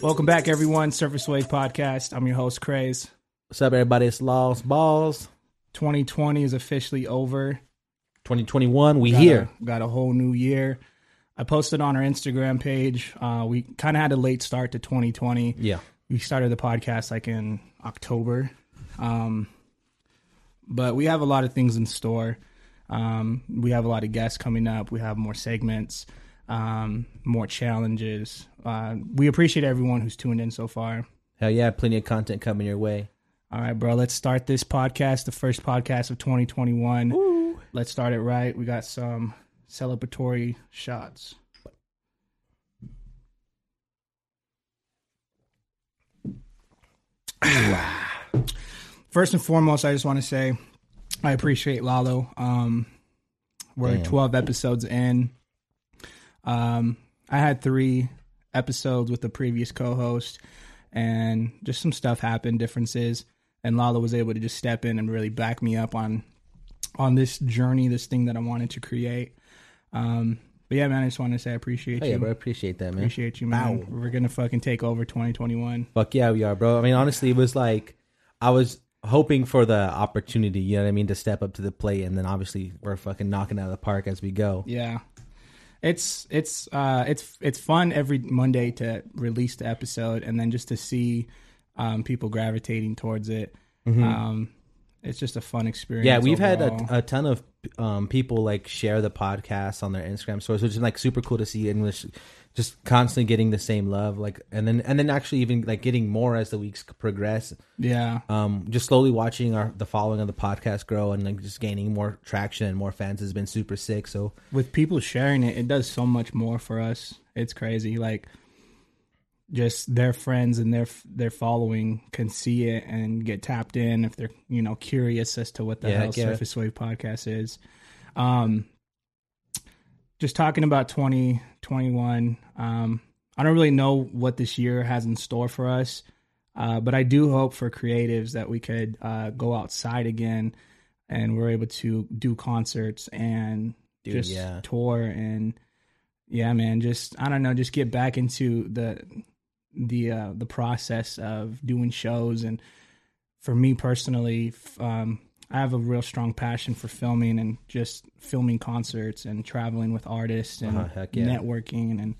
Welcome back, everyone. Surface Wave Podcast. I'm your host, Craze. What's up, everybody? It's Lost Balls. 2020 is officially over. 2021, we Got here. a- got a whole new year. I posted on our Instagram page. Uh, we kind of had a late start to 2020. Yeah. We started the podcast like in October. Um, but we have a lot of things in store. Um, we have a lot of guests coming up. We have more segments, um, more challenges. Uh, we appreciate everyone who's tuned in so far. Hell yeah, plenty of content coming your way. All right, bro. Let's start this podcast, the first podcast of 2021. Let's start it right. We got some celebratory shots. First and foremost, I just want to say I appreciate Lalo. Um, we're Damn. 12 episodes in. Um, I had three episodes with the previous co-host, and just some stuff happened, differences, and Lalo was able to just step in and really back me up on on this journey, this thing that I wanted to create. Um, but yeah, man, I just want to say I appreciate Hell you. yeah, bro. Appreciate that, man. Appreciate you, man. We're gonna fucking take over 2021. Fuck yeah, we are, bro. I mean, honestly, it was like I was hoping for the opportunity, you know what I mean, to step up to the plate. And then obviously, we're fucking knocking it out of the park as we go. Yeah. It's it's uh it's it's fun every Monday to release the episode and then just to see um people gravitating towards it. Um it's just a fun experience. Mm-hmm. Yeah, we've overall. had a, a ton of um, people like share the podcast on their Instagram stories, which is like super cool to see, and which just constantly getting the same love, like, and then and then actually even like getting more as the weeks progress. yeah. Um, just slowly watching our the following of the podcast grow and like just gaining more traction and more fans has been super sick. So With people sharing it, it does so much more for us. It's crazy. Like just their friends and their their following can see it and get tapped in if they're, you know, curious as to what the Yeah, hell yeah. Surface Wave podcast is. Um just talking about 2021 um, i don't really know what this year has in store for us uh, but i do hope for creatives that we could uh, go outside again and we're able to do concerts and Dude, just yeah. tour and yeah man just i don't know just get back into the the uh, the process of doing shows and for me personally, f- um, I have a real strong passion for filming and just filming concerts and traveling with artists and Uh-huh, heck yeah. networking and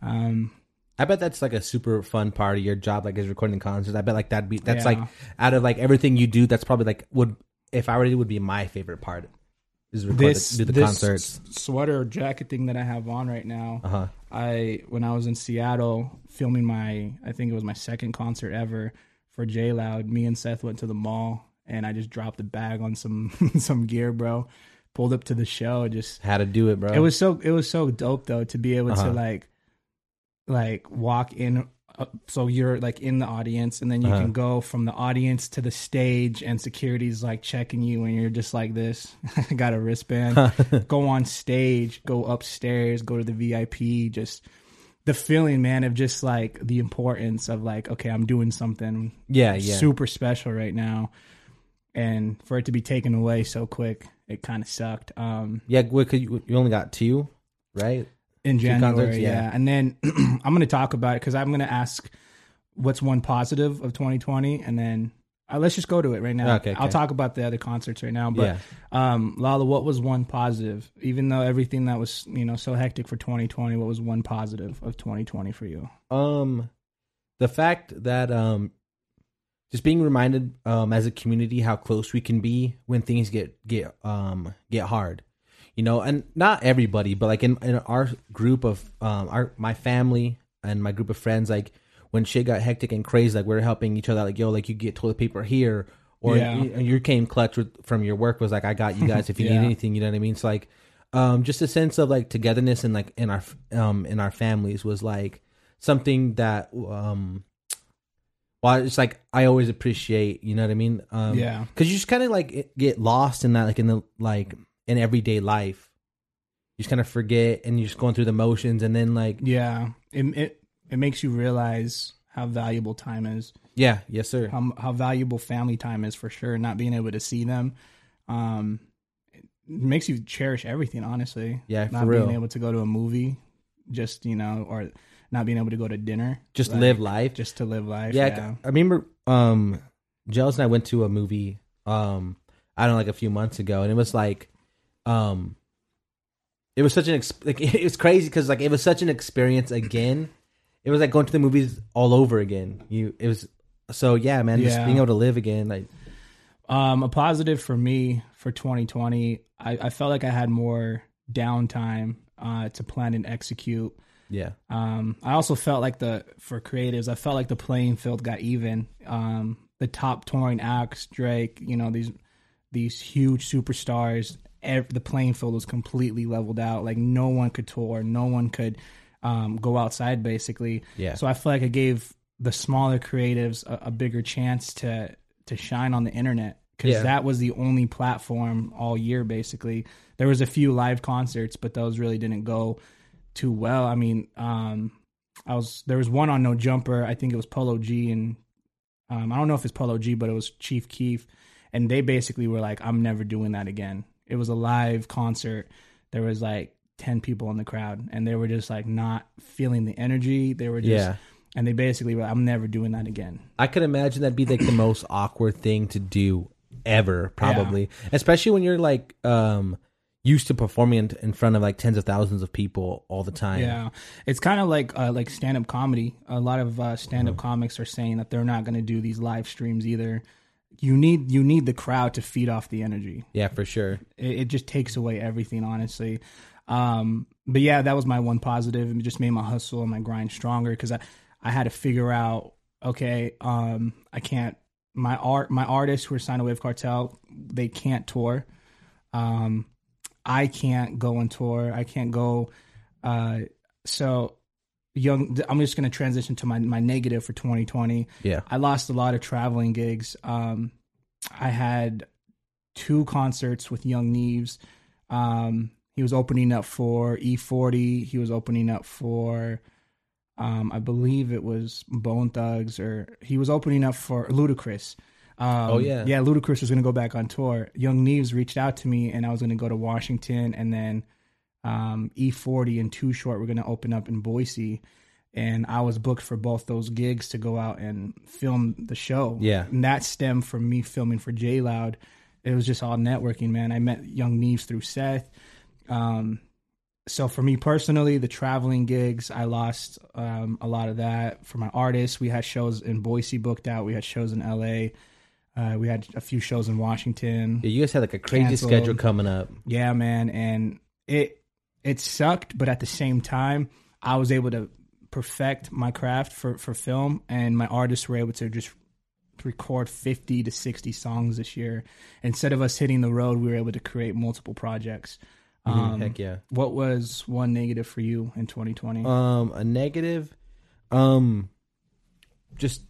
um, I bet that's like a super fun part of your job, like is recording concerts. I bet like that'd be that's Yeah. like out of like everything you do, that's probably like would if I were you would be my favorite part is record this the, do the this concerts. s- sweater or jacket thing that I have on right now. Uh huh. I when I was in Seattle filming my I think it was my second concert ever for J Loud. Me and Seth went to the mall and I just dropped a bag on some some gear, bro. Pulled up to the show, just How to do it, bro? it was so it was so dope though to be able Oh. Uh-huh. to like like walk in uh, so you're like in the audience and then you Uh-huh. can go from the audience to the stage and security's like checking you and you're just like this i got a wristband go on stage go upstairs go to the vip just the feeling man of just like the importance of like okay i'm doing something yeah, yeah. super special right now and for it to be taken away so quick it kind of sucked um Yeah, because you, you only got two, right? in January. concerts, yeah. yeah. and then I'm going to talk about it because I'm going to ask what's one positive of 2020, and then uh, let's just go to it right now. Okay, I'll okay. talk about the other concerts right now. But Yeah. um, Lala, what was one positive? Even though everything that was you know so hectic for 2020, what was one positive of 2020 for you? Um, the fact that um, just being reminded um as a community how close we can be when things get get um get hard, you know, and not everybody, but like in in our group of um our my family and my group of friends, like when shit got hectic and crazy, like we are helping each other, like yo, like you get toilet paper here. Or Yeah. you, you came clutch with, from your work was like I got you guys if you Yeah. need anything you know what I mean. So like, um, just a sense of like togetherness and like in our f- um in our families was like something that um well it's like i always appreciate you know what i mean um Yeah. because you just kind of like it- get lost in that like in the like in everyday life you just kind of forget and you're just going through the motions and then like Yeah, it it, it makes you realize how valuable time is. yeah yes sir how how valuable family time is for sure. Not being able to see them, um, it makes you cherish everything. Honestly, Yeah, not for real. being able to go to a movie just you know, or not being able to go to dinner, Just like, live life. just to live life. yeah, Yeah, I remember um Jealous and I went to a movie um I don't know like a few months ago and it was like um it was such an ex- like it was crazy cuz like it was such an experience again. It was like going to the movies all over again. You it was so yeah, man, just Yeah. being able to live again like Um, a positive for me for 2020, I, I felt like I had more downtime uh, to plan and execute. yeah. Um, I also felt like the for creatives, I felt like the playing field got even. Um, the top touring acts, Drake, you know these these huge superstars. Ev- the playing field was completely leveled out. Like no one could tour, no one could um, go outside. Basically, Yeah. So I feel like I gave the smaller creatives a, a bigger chance to to shine on the internet because Yeah. that was the only platform all year. Basically, there was a few live concerts, but those really didn't go too well. I mean, um, I was there was one on No Jumper. I think it was Polo G and um, I don't know if it's Polo G, but it was Chief Keef, and they basically were like, "I'm never doing that again." It was a live concert. There was like ten people in the crowd, and they were just like not feeling the energy. They were just, Yeah. and they basically were, "I'm never doing that again." I could imagine that'd be like the most awkward thing to do ever, probably. Especially when you're like um used to performing in, in front of like tens of thousands of people all the time. Yeah, it's kind of like uh, like stand up comedy. A lot of uh, stand up comics are saying that they're not going to do these live streams either. You need you need the crowd to feed off the energy. Yeah, for sure. It, it just takes away everything, honestly. Um, but yeah, that was my one positive, and it just made my hustle and my grind stronger because I I had to figure out okay, um, I can't my art my artists who are signed to Wave Cartel they can't tour. Um, I can't go on tour. I can't go. Uh, so young. I'm just gonna transition to my my negative for 2020. Yeah. I lost a lot of traveling gigs. Um, I had two concerts with Young Neves. Um, he was opening up for E40. He was opening up for, um, I believe it was Bone Thugs, or he was opening up for Ludacris. Um, Oh, yeah. yeah. Ludacris was going to go back on tour. Young Neves reached out to me, and I was going to go to Washington, and then um, E40 and Too Short were going to open up in Boise, and I was booked for both those gigs to go out and film the show. Yeah. and that stemmed from me filming for J Loud. It was just all networking, man. I met Young Neves through Seth. Um, so for me personally, the traveling gigs, I lost um, a lot of that. For my artists, we had shows in Boise booked out. We had shows in LA. Uh, we had a few shows in Washington. Yeah, you guys had like a crazy Canceled. schedule coming up. Yeah, man, and it it sucked, but at the same time, I was able to perfect my craft for for film, and my artists were able to just record 50 to 60 songs this year instead of us hitting the road we were able to create multiple projects um, Mm-hmm. Heck yeah. what was one negative for you in 2020 Um, a negative, um, just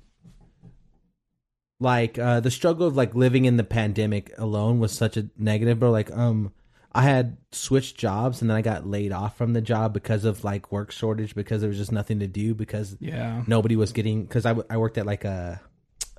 like uh, the struggle of like living in the pandemic alone was such a negative, bro. Like, um, I had switched jobs and then I got laid off from the job because of like work shortage because there was just nothing to do because yeah nobody was getting because I, w- I worked at like a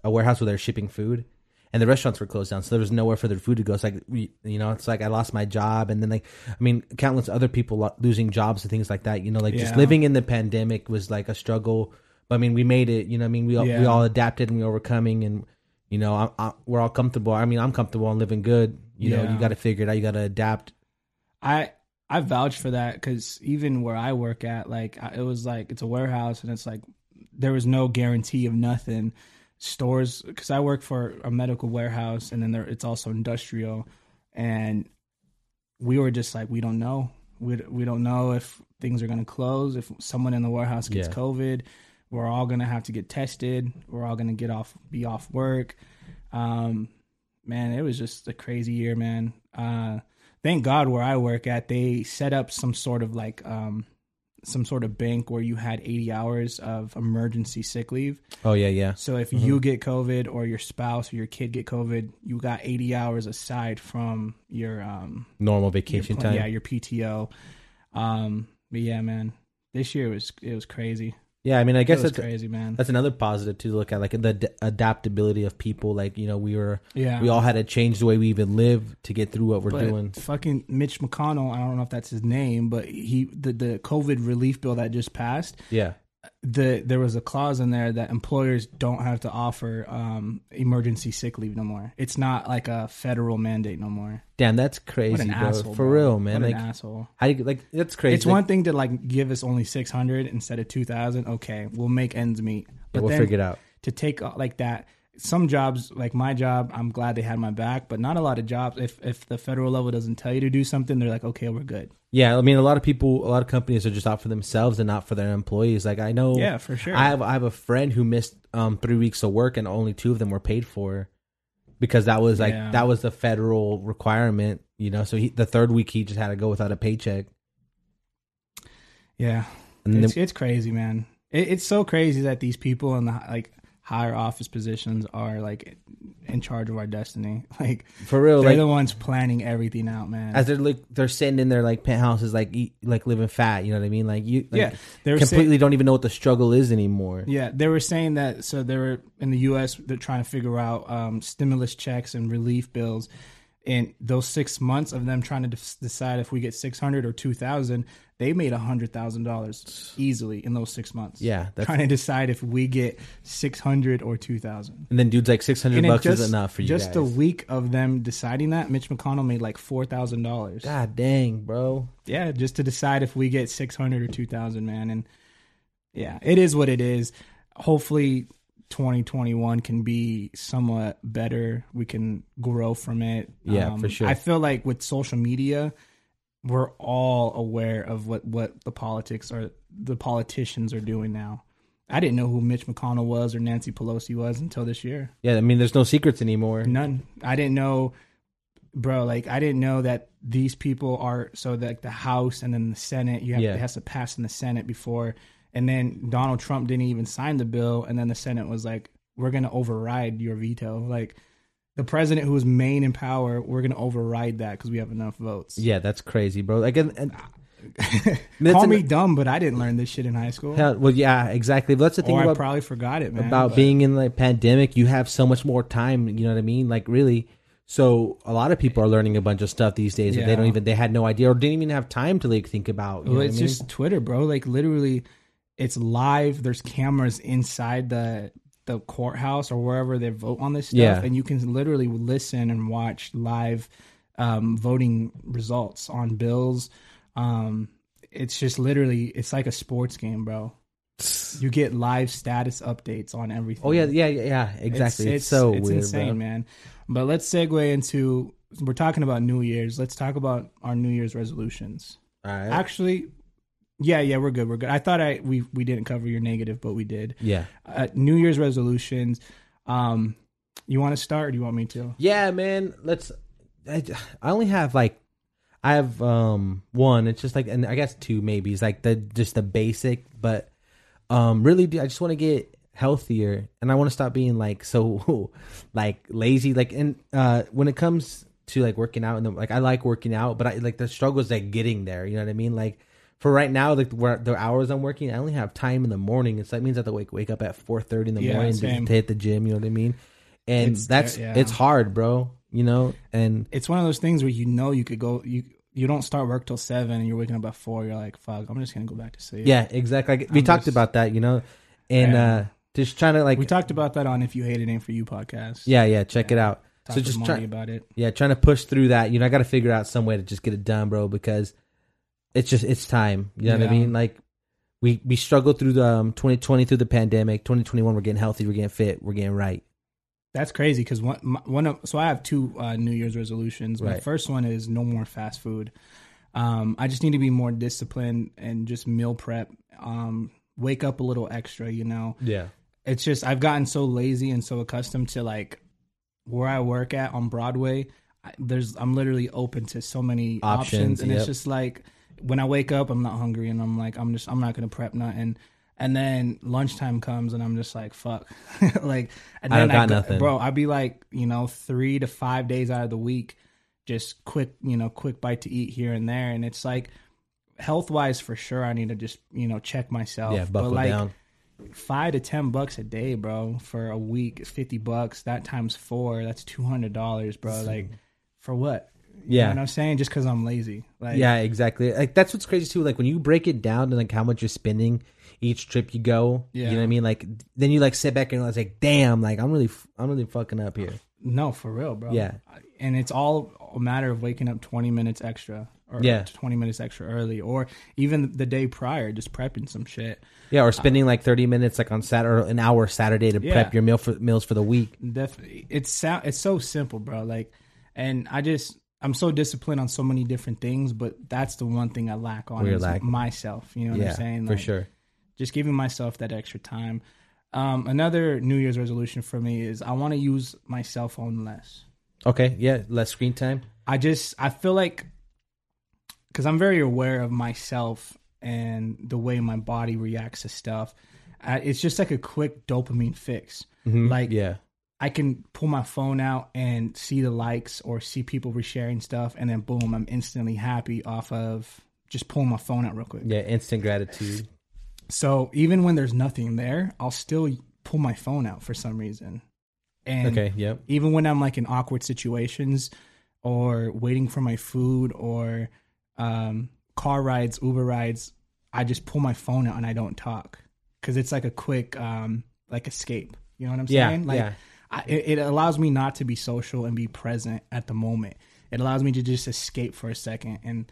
a warehouse where they're shipping food and the restaurants were closed down so there was nowhere for their food to go it's like we, you know it's like i lost my job and then like i mean countless other people lo- losing jobs and things like that you know like just Yeah. living in the pandemic was like a struggle but i mean we made it you know what i mean we all, we Yeah. all adapted and we overcoming and you know I, I, we're all comfortable i mean i'm comfortable and living good you know you Yeah. got to figure it out you got to adapt I I vouch for that because even where I work at, like I- it was like it's a warehouse and it's like there was no guarantee of nothing. Stores because I work for a medical warehouse and then there it's also industrial, and we were just like we don't know we we don't know if things are going to close if someone in the warehouse gets Yeah. COVID. We're all gonna have to get tested. We're all gonna get off, be off work. Um, man, it was just a crazy year, man. Uh, thank God where I work at, they set up some sort of like um, some sort of bank where you had 80 hours of emergency sick leave. oh yeah yeah So if Mm-hmm. you get COVID or your spouse or your kid get COVID, you got 80 hours aside from your um, normal your vacation plan- time yeah, your PTO. Um, but yeah, man, this year was it was crazy. Yeah, I mean, I guess it was that's crazy, man. that's another positive to look at, like the ad- adaptability of people. Like you know, we were Yeah, we all had to change the way we even live to get through what we're but doing. Fucking Mitch McConnell. I don't know if that's his name, but he the the COVID relief bill that just passed. Yeah, The there was a clause in there that employers don't have to offer um, emergency sick leave no more. It's not like a federal mandate no more. damn, that's crazy, What an bro. asshole, For bro. real, man. What like, an asshole. how do you, like that's crazy. It's Like, one thing to like give us only six hundred instead of two thousand. Okay, we'll make ends meet. But we'll then figure it out. to take uh, like that. Some jobs, like my job, I'm glad they had my back, but not a lot of jobs. If if the federal level doesn't tell you to do something, they're like, okay, we're good. Yeah, I mean, a lot of people, a lot of companies are just out for themselves and not for their employees. Like I know, Yeah, for sure. I have I have a friend who missed um three weeks of work and only two of them were paid for because that was like Yeah. that was the federal requirement, you know. So he, the third week he just had to go without a paycheck, yeah, and then it's, it's crazy, man. It, it's so crazy that these people in the like higher office positions are like in charge of our destiny. Like for real, they're like the ones planning everything out, man. as they're like they're sitting in their like penthouses, like eat, like living fat, you know what I mean? Like you, like, yeah, they're completely don't even know what the struggle is anymore. Yeah, they were saying that. So they were in the U.S. They're trying to figure out um, stimulus checks and relief bills, and those six months of them trying to de- decide if we get six hundred or two thousand, they made hundred thousand dollars easily in those six months. Yeah, that's, trying to decide if we get six hundred or two thousand. and then dude's like six hundred bucks is enough for you Just guys. a week of them deciding that, Mitch McConnell made like four thousand dollars. God dang, bro. Yeah, just to decide if we get 600 or 2,000, man. And yeah, it is what it is. Hopefully, 2021 can be somewhat better. We can grow from it. Um, Yeah, for sure. I feel like with social media, we're all aware of what what the politics or the politicians are doing now. I didn't know who Mitch McConnell was or Nancy Pelosi was until this year. Yeah, I mean, there's no secrets anymore. None. I didn't know, bro. Like I didn't know that these people are so like the House and then the Senate. You have Yeah. it has to pass in the Senate before, and then Donald Trump didn't even sign the bill, and then the Senate was like, "We're gonna override your veto." Like the president who was main in power, we're gonna override that because we have enough votes. Yeah, that's crazy, bro. Like, and, and that's Call an- me dumb, but I didn't learn this shit in high school, Hell, well, yeah, exactly. But that's the thing or I about probably forgot it, man. about but- being in the pandemic. You have so much more time. You know what I mean? Like really. So a lot of people are learning a bunch of stuff these days that they don't Yeah. even they had no idea or didn't even have time to like think about. You know Well, what I it's mean? just Twitter, bro. Like literally, it's live. There's cameras inside the the courthouse or wherever they vote on this stuff, Yeah. and you can literally listen and watch live um, voting results on bills. Um, it's just literally, it's like a sports game, bro. You get live status updates on everything. oh yeah, yeah, yeah, yeah, exactly. It's, so weird, insane, bro. man. But let's segue into we're talking about New Year's. Let's talk about our New Year's resolutions. All right. Actually, yeah, yeah, we're good. We're good. I thought I we we didn't cover your negative, but we did. Yeah, Uh, New Year's resolutions. Um, you want to start? or Do you want me to? yeah, man. Let's. I, I only have like, I have um one. It's just like, and I guess two maybe. It's like the just the basic, but um really, dude, I just want to get healthier, and I want to stop being like so like lazy. Like, and uh when it comes to like working out, and the, like I like working out, but I like the struggle is like getting there. You know what I mean? Like. For right now, like where the hours I'm working, I only have time in the morning. It's that means I have to wake wake up at four thirty in the Yeah, morning to, same. to hit the gym. You know what I mean? and It's that's ter- yeah. it's hard, bro. You know, and It's one of those things where you know you could go. You you don't start work till seven, and you're waking up at four. You're like, fuck, I'm just gonna go back to sleep. yeah, exactly. Like, we I'm talked just- about that, you know, and Yeah. uh just trying to like, we talked about that on if you hate it ain't for you podcast. yeah, yeah, check it out. Talked so with just Marty try, about it. yeah, trying to push through that. You know, I got to figure out some way to just get it done, bro, because it's just it's time. You know what I Yeah. mean? Like we we struggled through the um, 2020 through the pandemic, 2021. We're getting healthy, we're getting fit, we're getting right. That's crazy because one, my, one of so I have two uh, New Year's resolutions. My Right. first one is no more fast food. Um, I just need to be more disciplined and just meal prep. Um, wake up a little extra, you know. Yeah, It's just I've gotten so lazy and so accustomed to like where I work at on Broadway. I, there's I'm literally open to so many options, Options, and yep. it's just like when I wake up, I'm not hungry, and I'm like I'm just I'm not gonna prep nothing. And then lunchtime comes, and I'm just like fuck, like and I don't then got go- nothing. bro. I'd be like you know three to five days out of the week, just quick you know quick bite to eat here and there, and it's like health wise for sure. I need to just you know check myself, yeah, but buckle like down. five to ten bucks a day, bro, for a week. Fifty bucks that times four, that's two hundred dollars, bro. Like for what? You know Yeah. what I'm saying? Just because I'm lazy. Like, yeah, exactly. Like that's what's crazy too. Like when you break it down to like how much you're spending each trip you go. You know Yeah. what I mean? Like then you like sit back and it's like, damn, like I'm really, f- I'm really fucking up here. No, for real, bro. Yeah. And it's all a matter of waking up 20 minutes extra or Yeah. 20 minutes extra early or even the day prior, just prepping some shit. Yeah, or spending like 30 minutes like on Saturday, or an hour Saturday to Uh, Yeah. prep your meal for meals for the week. Definitely. It's, so, it's so simple, bro. Like, and I just, I'm so disciplined on so many different things, but that's the one thing I lack on We're is lacking. myself. You know what yeah, I'm saying? for Like, sure. just giving myself that extra time. Um, another New Year's resolution for me is I want to use my cell phone less. Okay, yeah, less screen time. I just I feel like because I'm very aware of myself and the way my body reacts to stuff. I, it's just like a quick dopamine fix. Like Yeah, I can pull my phone out and see the likes or see people resharing stuff, and then boom, I'm instantly happy off of just pulling my phone out real quick. yeah, instant gratitude. So even when there's nothing there, I'll still pull my phone out for some reason. And Okay, yep. even when I'm like in awkward situations or waiting for my food or um, car rides, Uber rides, I just pull my phone out and I don't talk because it's like a quick um, like escape. You know what I'm Yeah, saying? Like, yeah. I, it, it allows me not to be social and be present at the moment. It allows me to just escape for a second, and,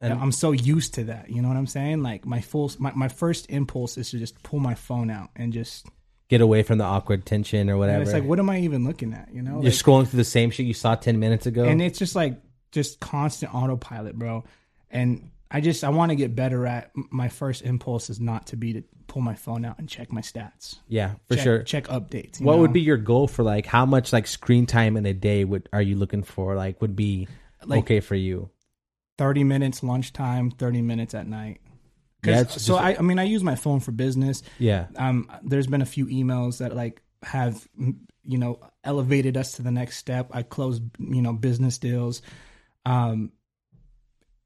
I'm so used to that. You know what I'm saying? Like my full, my, my first impulse is to just pull my phone out and just. Get away from the awkward tension or whatever. And it's like, what am I even looking at? You know, You're Like, scrolling through the same shit you saw 10 minutes ago. and it's just like just constant autopilot, bro. And I just I want to get better at my first impulse is not to be to pull my phone out and check my stats yeah, for check, sure. Check updates. you what would know? be your goal for like how much like screen time in a day would are you looking for like would be Like- okay for you? thirty minutes lunchtime, thirty minutes at night? 'Cause- Yeah, it's so just- I, I mean, I use my phone for business. Yeah. Um, there's been a few emails that like have mm, you know elevated us to the next step. I closed you know business deals. Um,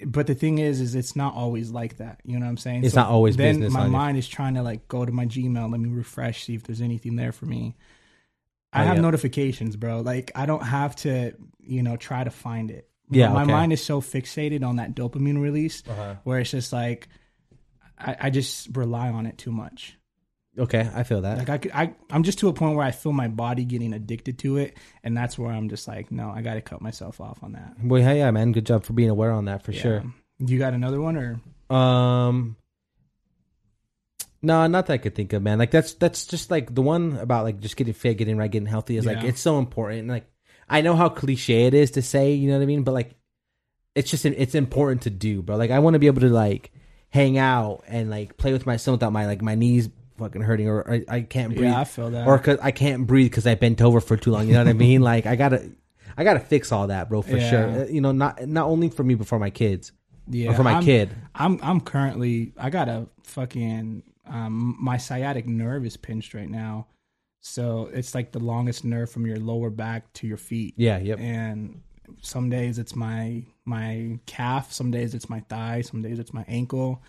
but the thing is, is it's not always like that. You know what I'm saying? It's not always then business my on your- mind is trying to like go to my Gmail. Let me refresh, see if there's anything there for me. I Oh, have yeah. notifications, bro. Like I don't have to, you know, try to find it. Yeah, my okay. Uh-huh. mind is so fixated on that dopamine release, where it's just like I, I just rely on it too much. Okay, I feel that. Like I, could, I, I'm just to a point where I feel my body getting addicted to it, and that's where I'm just like, no, I got to cut myself off on that. Well, yeah, yeah, man. Good job for being aware on that for Yeah. sure. You got another one, or Um, no, not that I could think of, man. Like that's that's just like the one about like just getting fit, getting right, getting healthy is like Yeah. it's so important. Like I know how cliche it is to say, you know what I mean, but like it's just it's important to do, bro. Like I want to be able to like hang out and like play with my son without my like my knees fucking hurting or I, I can't breathe yeah, I feel that. or cause I can't breathe because I bent over for too long. You know what I mean? Like I gotta. I gotta fix all that, bro, for Yeah. sure. Uh, You know, not not only for me, but for my kids, yeah, or for my I'm- kid. I'm I'm currently I got a fucking um my sciatic nerve is pinched right now. So it's like the longest nerve from your lower back to your feet. Yeah, yep. And some days it's my my calf, some days it's my thigh, some days it's my ankle.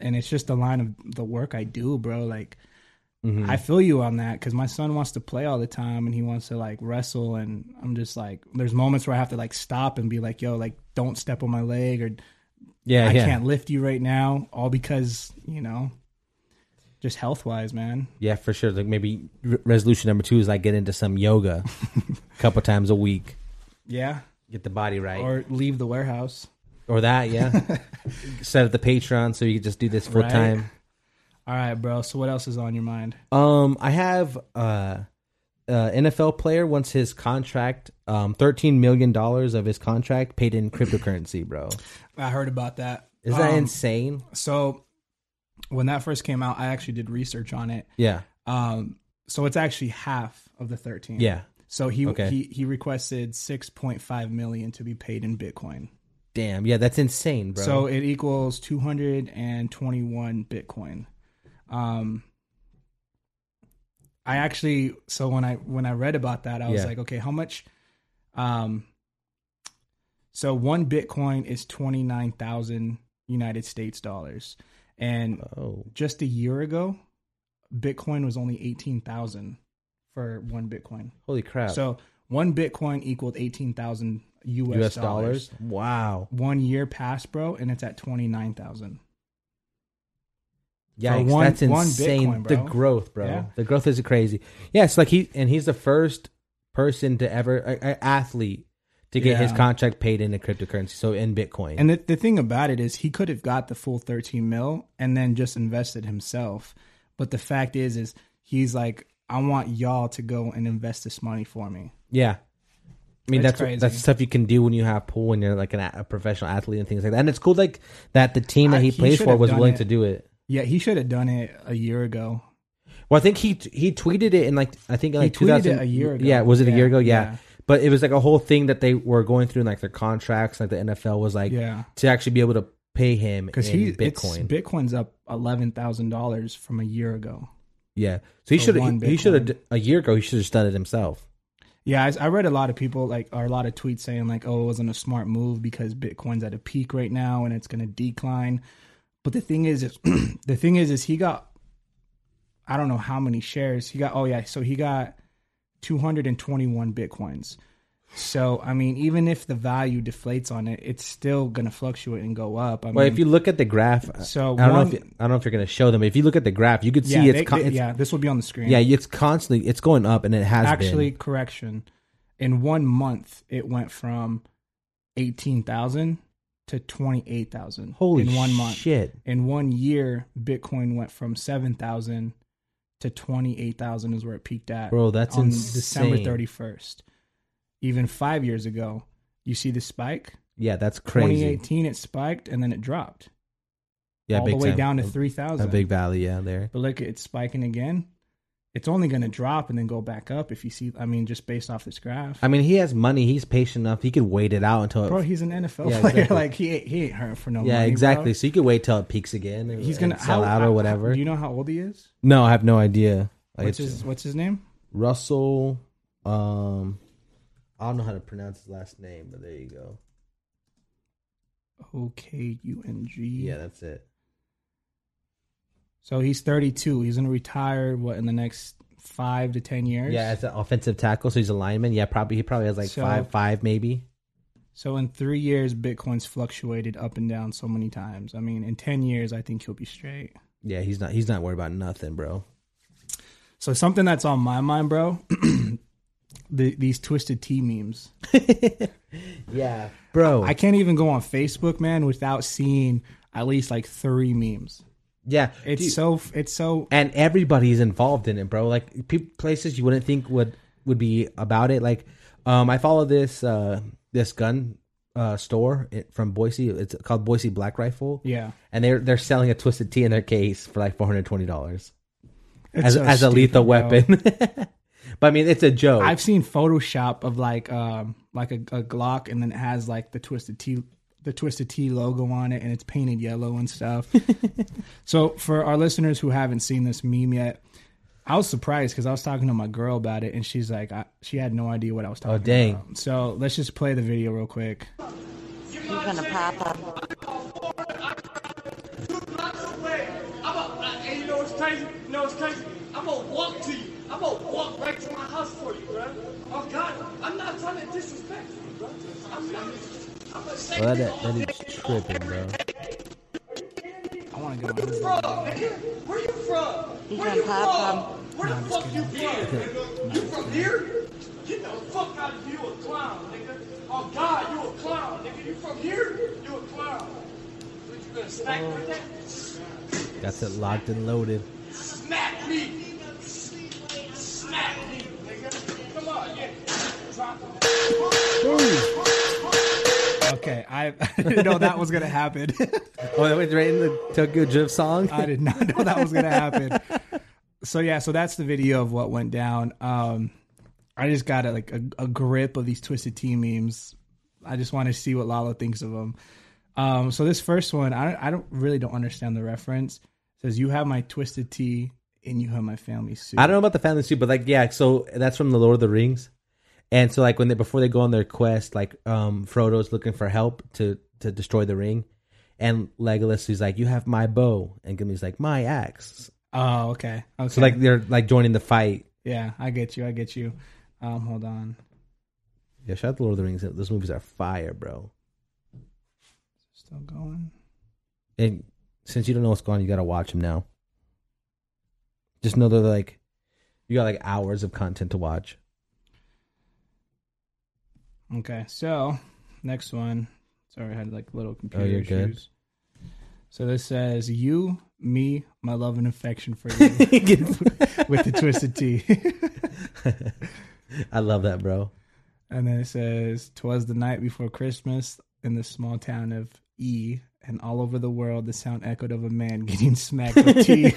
And it's just the line of the work I do, bro. Like Mm-hmm. I feel you on that because my son wants to play all the time and he wants to like wrestle and I'm just like, there's moments where I have to like stop and be like, yo, like don't step on my leg or Yeah, I yeah. can't lift you right now, all because you know, just health wise, man. Yeah, for sure. Like maybe re- resolution number two is like get into some yoga a couple times a week, Yeah, get the body right, or, or leave the warehouse. that. Yeah, set up the Patreon so you can just do this full Right. time. All right, bro. So what else is on your mind? Um, I have uh, uh NFL player wants his contract, um, thirteen million dollars of his contract paid in cryptocurrency, bro. I heard about that. Is that Um, insane? So when that first came out, I actually did research on it. Yeah, Um, so it's actually half of the thirteen. yeah. So he Okay. he he requested six point five million to be paid in Bitcoin. Damn, yeah, that's insane, bro. So it equals 221 Bitcoin. Um, I actually, so when I when I read about that, I was Yeah. like, okay, how much? Um, so one Bitcoin is 29,000 United States dollars, and oh, just a year ago, Bitcoin was only eighteen thousand for one Bitcoin. Holy crap. So one Bitcoin equaled eighteen thousand US, US dollars. dollars. Wow. One year passed, bro, and it's at twenty nine thousand. Yikes, one- that's one insane. Bitcoin, The bro. growth, bro. Yeah. The growth is crazy. Yeah, it's like he and he's the first person to ever a, a athlete to get his Yeah. contract paid in a cryptocurrency, so in Bitcoin. And the, the thing about it is, he could have got the full 13 mil and then just invested himself. But the fact is, is he's like, I want y'all to go and invest this money for me. yeah. I mean That's that's what- crazy. that's stuff you can do when you have pool when you're like an, a a professional athlete and things like that. And it's cool like that the team that I- he, he plays should for have was done willing it. to do it. Yeah, he should have done it a year ago. Well, I think he he tweeted it in like I think in like tweeted it 2000 a year ago. Yeah, was it a Yeah, year ago? Yeah. yeah. But it was like a whole thing that they were going through, like their contracts, like the NFL was like Yeah, to actually be able to pay him in because he Bitcoin. Bitcoin. Bitcoin's up eleven thousand dollars from a year ago. yeah, so he for should one have he Bitcoin. should have a year ago he should have done it himself. Yeah, I, I read a lot of people like or a lot of tweets saying like, "Oh, it wasn't a smart move because Bitcoin's at a peak right now and it's going to decline." But the thing is, is the thing is, is he got I don't know how many shares he got. Oh yeah, so he got two hundred and twenty-one bitcoins. So I mean, even if the value deflates on it, it's still going to fluctuate and go up. I Well, mean, if you look at the graph, So I don't one- know if I don't know if you're going to show them. If you look at the graph, you could see yeah, it's, they- con- they- it's yeah. yeah, this will be on the screen. it's constantly it's going up and it has actually been. correction in one month it went from 18000 to 28000 Holy in one month shit! in one year bitcoin went from 7000 to 28000 is where it peaked at Bro, that's on december insane. 31st even five years ago you see the spike Yeah, that's crazy. 2018 it spiked and then it dropped Yeah, all the big way time. down to A- 3000 a big valley. Yeah, there. but look, it's spiking again. It's only going to drop and then go back up if you see. I mean, just based off this graph, I mean, he has money. He's patient enough. He could wait it out until. It, bro, he's an NFL Yeah, player. exactly. Like he ain't- he ain't hurt for no money. yeah, bro. exactly. So you could wait till it peaks again. And, He's gonna and sell how- out how- or whatever. Do you know how old he is? no, I have no idea. Like, What's it's his What's his name? Russell. Um, I don't know how to pronounce his last name, but there you go. O K U N G. Yeah, that's it. So he's 32. He's going to retire what in the next five to ten years. Yeah, it's an offensive tackle, so he's a lineman. Yeah, probably he probably has like So- five, five maybe. So in three years, Bitcoin's fluctuated up and down so many times. I mean, in ten years, I think he'll be straight. Yeah, he's not. He's not worried about nothing, bro. So something that's on my mind, bro. the, these twisted T memes. Yeah, bro. I can't even go on Facebook, man, without seeing at least like three memes. yeah, It's dude. so it's so and everybody's involved in it, bro. Like pe- places you wouldn't think would would be about it. Like, um, I follow this uh this gun uh store it- from Boise. It's called Boise Black Rifle. yeah. and they're they're selling a twisted T in their case for like four hundred twenty dollars It's as so as stupid, a lethal bro. weapon. but I mean, it's a joke. I've seen Photoshop of like um like a, a Glock and then it has like the twisted T the twisted T logo on it and it's painted yellow and stuff. so for our listeners who haven't seen this meme yet, I was surprised because I was talking to my girl about it and she's like I, she had no idea what I was talking. Oh, dang. About. So let's just play the video real quick. You're gonna pop up. two blocks away. I'm a, and you know what's crazy? You know what's crazy? I'm gonna walk to you. I'm gonna walk right to my house for you, bro. Oh God, I'm not trying to disrespect you, bro. I'm not. I'm gonna say Bro, this that, all that is tripping, bro. I want to go. from, nigga. Where you from? You Where from you Pop, from? Where the fuck you from? nigga? You from here? Get the fuck out of here, you a clown, nigga. Oh God, you a clown, nigga. You from here? You a clown. What, You gonna smack me with that? That's it locked and loaded. Smack me! Smack me, nigga! Come on, yeah. Drop it. Okay, I I didn't know that was gonna happen. Oh, that went right in the Tokyo Drift song. I did not know that was gonna happen. So yeah, so that's the video of what went down. Um, I just got a, like a, a grip of these twisted T memes. I just want to see what Lalo thinks of them. Um, so this first one, I don't, I don't really don't understand the reference. It says you have my twisted T and you have my family suit. I don't know about the family suit, but like yeah, so that's from the Lord of the Rings. And so like when they before they go on their quest, like um Frodo's looking for help to to destroy the ring. And Legolas he's like, You have my bow and Gimli's like, My axe. Oh, okay. Okay. So like they're like joining the fight. yeah, I get you. I get you. Um, hold on. Yeah, shout out to Lord of the Rings. Those movies are fire, bro. Still going. And since you don't know what's going on, you gotta watch them now. Just know they're like, you got like hours of content to watch. Okay, so next one. Sorry, I had like little computer Oh, you're good. issues. So this says you, me, my love and affection for you with the twisted T. I love that, bro. and then it says, "Twas the night before Christmas in the small town of E, and all over the world the sound echoed of a man getting smacked with tea."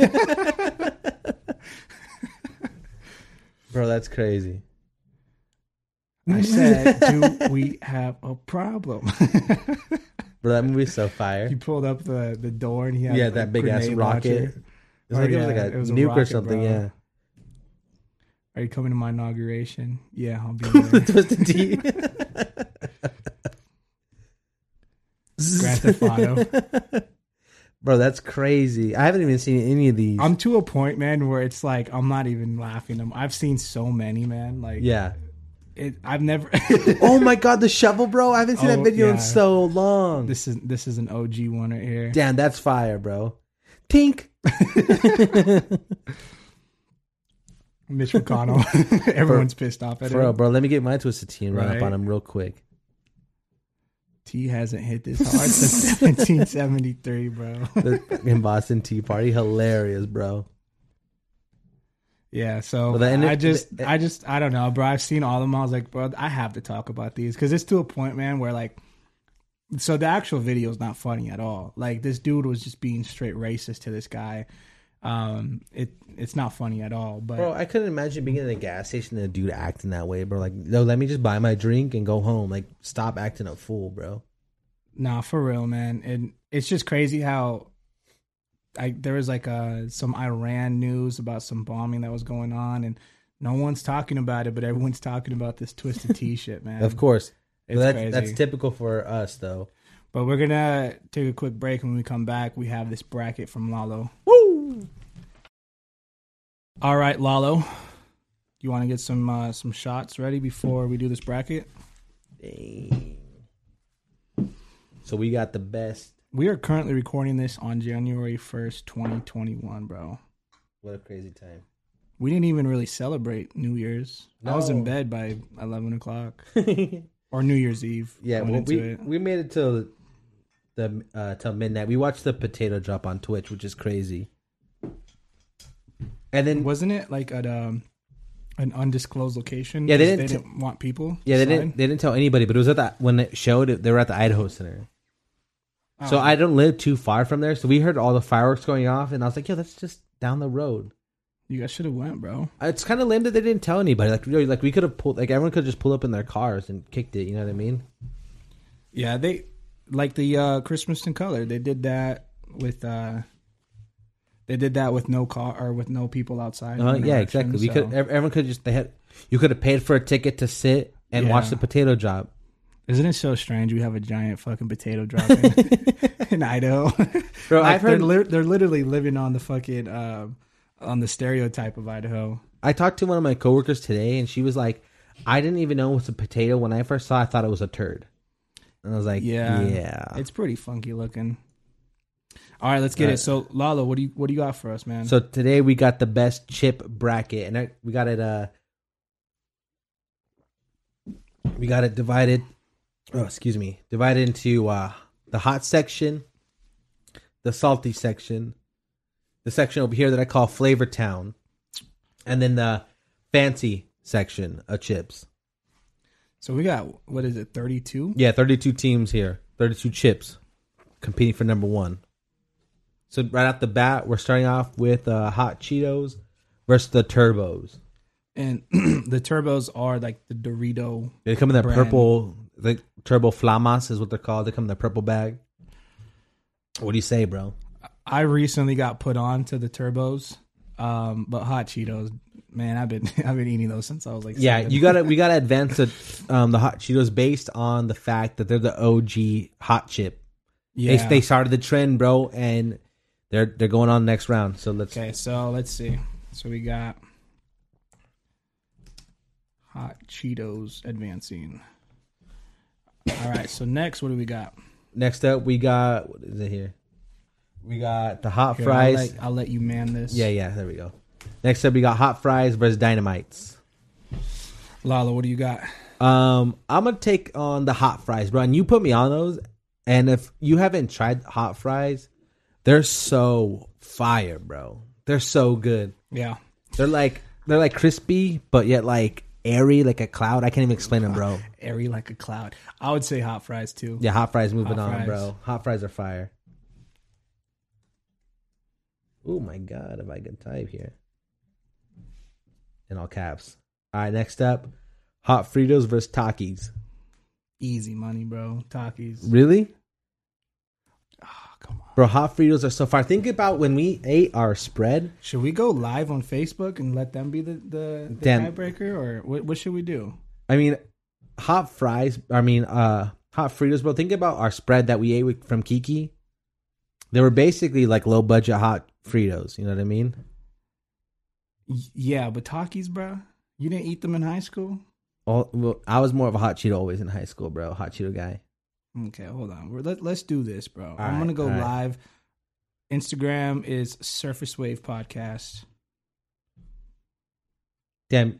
Bro, that's crazy. I said, "Do we have a problem?" Bro, that movie's so fire. he pulled up the the door and he had yeah, a that big ass grenade rocket. launcher. It's Oh, like yeah, it was like a it was a nuke or rocket, something. bro. Yeah, Are you coming to my inauguration? Yeah, I'll be there. twisted T. Grand Theft Auto. Bro, that's crazy. I haven't even seen any of these. I'm to a point, man, where it's like I'm not even laughing. i I've seen so many, man. Like, yeah. it, I've never. Oh my god, the shovel, bro! I haven't seen Oh, that video yeah. in so long. this is this is an OG one right here. Damn, that's fire, bro. Tink. Mitch McConnell. Everyone's pissed off at Bro, him. bro, let me get my twisted tea and run Right. up on him real quick. T hasn't hit this hard since 1773, bro. The fucking Boston Tea Party, hilarious, bro. Yeah, so Well, the eh inter- I just, the- I just, I don't know, bro. I've seen all of them. I was like, bro, I have to talk about these because it's to a point, man, where like, so the actual video is not funny at all. Like this dude was just being straight racist to this guy. Um, it it's not funny at all. But Bro, I couldn't imagine being in a gas station and a dude acting that way, bro. Like, no, let me just buy my drink and go home. Like, stop acting a fool, bro. nah, for real, man, and it's just crazy how. I, there was like uh some Iran news about some bombing that was going on, and no one's talking about it, but everyone's talking about this twisted T shit, man. Of course. Mm. It's that's, crazy. that's typical for us, though. But we're gonna take a quick break. When we come back, we have this bracket from Lalo. Woo! All right, Lalo, you want to get some uh, some shots ready before we do this bracket? Dang. So we got the best. We are currently recording this on January first, twenty twenty one, bro. What a crazy time. We didn't even really celebrate New Year's. I was in No. bed by eleven o'clock or New Year's Eve. Yeah, going well, into we we made it till the uh till midnight. We watched the potato drop on Twitch, which is crazy. And then wasn't it like at um, an undisclosed location. Yeah, they 'cause didn't t- want people. yeah, they slide? didn't they didn't tell anybody, but it was at that when it showed it, they were at the Idaho Center. So Oh. I don't live too far from there, so we heard all the fireworks going off, and I was like, "Yo, that's just down the road." You guys should have went, bro. It's kind of lame that they didn't tell anybody. Like, really, like we could have pulled, like everyone could have just pulled up in their cars and kicked it. You know what I mean? Yeah, they like the uh Christmas in color. They did that with uh they did that with no car or with no people outside. Uh, in yeah, the exactly. eh. We direction, could so- ev- everyone could just they had you could have paid for a ticket to sit and watch Yeah. the potato drop. Isn't it so strange? We have a giant fucking potato drop in, in Idaho. Bro, Like, I've heard. they're, li- they're literally living on the fucking uh, on the stereotype of Idaho. I talked to one of my coworkers today, and she was like, "I didn't even know it was a potato when I first saw. it. I thought it was a turd." And I was like, Yeah, "Yeah, yeah." It's pretty funky looking. All right, let's get it. Right. So, Lalo, what do you what do you got for us, man? Uh, So today we got the best chip bracket, and I, we got it. Uh, we got it divided. Oh, excuse me, divided into uh, the hot section, the salty section, the section over here that I call Flavor Town, and then the fancy section of chips. so we got what is it, thirty two? Yeah, 32 teams here, 32 chips competing for number one. So right off the bat, we're starting off with uh, Hot Cheetos versus the Turbos. and the turbos are like the Dorito. They come in that Brand. purple, the Turbo Flamas is what they're called. They come in the purple bag. What do you say, bro? I recently got put on to the turbos, um, but hot Cheetos, man, I've been I've been eating those since I was like Yeah, seven. you gotta we gotta advance the um, the Hot Cheetos based on the fact that they're the OG hot chip. yeah They, they started the trend, bro, and They're they're going on next round. So let's Okay, so let's see. So we got Hot Cheetos advancing. All right, so next, what do we got? next up we got what is it here? We got the hot Here, I'll, fries. let, I'll let you man this. Yeah, yeah, there we go. Next up we got hot fries versus dynamites. Lala, what do you got? Um, I'm gonna take on the hot fries, bro. And you put me on those. And if you haven't tried hot fries, they're so fire, bro. They're so good. Yeah. They're like they're like crispy, but yet like airy, like a cloud. I can't even explain them, bro. Airy like a cloud. I would say hot fries too. Yeah, hot fries moving Hot on, fries. bro. Hot fries are fire. Oh my god, if I could type here. In all caps. Alright, next up, hot Fritos versus Takis. Easy money, bro. Takis. Really? Ah, come on. Bro, hot Fritos are so far. Think about when we ate our spread. Should we go live on Facebook and let them be the, the, the Damn. tiebreaker? Or what, what should we do? I mean, hot fries. I mean, uh, hot Fritos, bro. Think about our spread that we ate with, from Kiki. They were basically like low budget hot Fritos. You know what I mean? Y- yeah, but Takis, bro. You didn't eat them in high school? All, well, I was more of a hot Cheeto always in high school, bro. Hot Cheeto guy. Okay, hold on. We're, let, let's do this, bro. I'm right, going to go all right. live. Instagram is Surface Wave Podcast. Damn,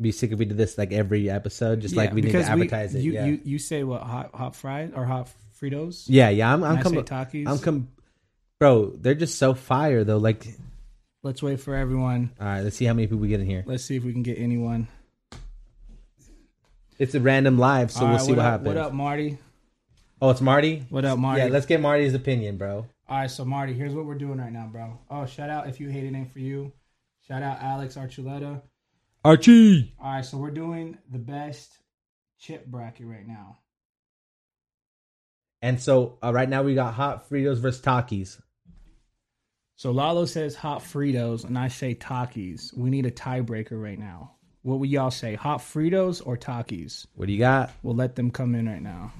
be sick if we did this like every episode, just like Yeah, we need to because we- advertise it. You, yeah. you, you say what? Hot, hot fries or hot Fritos? yeah, yeah. I'm, And I'm i coming. say Takis. I'm com Bro, they're just so fire though. Like, let's wait for everyone. all right, let's see how many people we get in here. Let's see if we can get anyone. It's a random live, so All we'll right, see what what, up, happens. What up, Marty? Oh, it's Marty. What up, Marty? Yeah, let's get Marty's opinion, bro. All right, so Marty, here's what we're doing right now, bro. Oh, shout out if you hate it ain't for you. Shout out Alex Archuleta. Archie. All right, so we're doing the best chip bracket right now. And so uh, right now we got hot Fritos versus Takis. So Lalo says hot Fritos, and I say Takis. We need a tiebreaker right now. What would y'all say, hot Fritos or Takis? What do you got? We'll let them come in right now.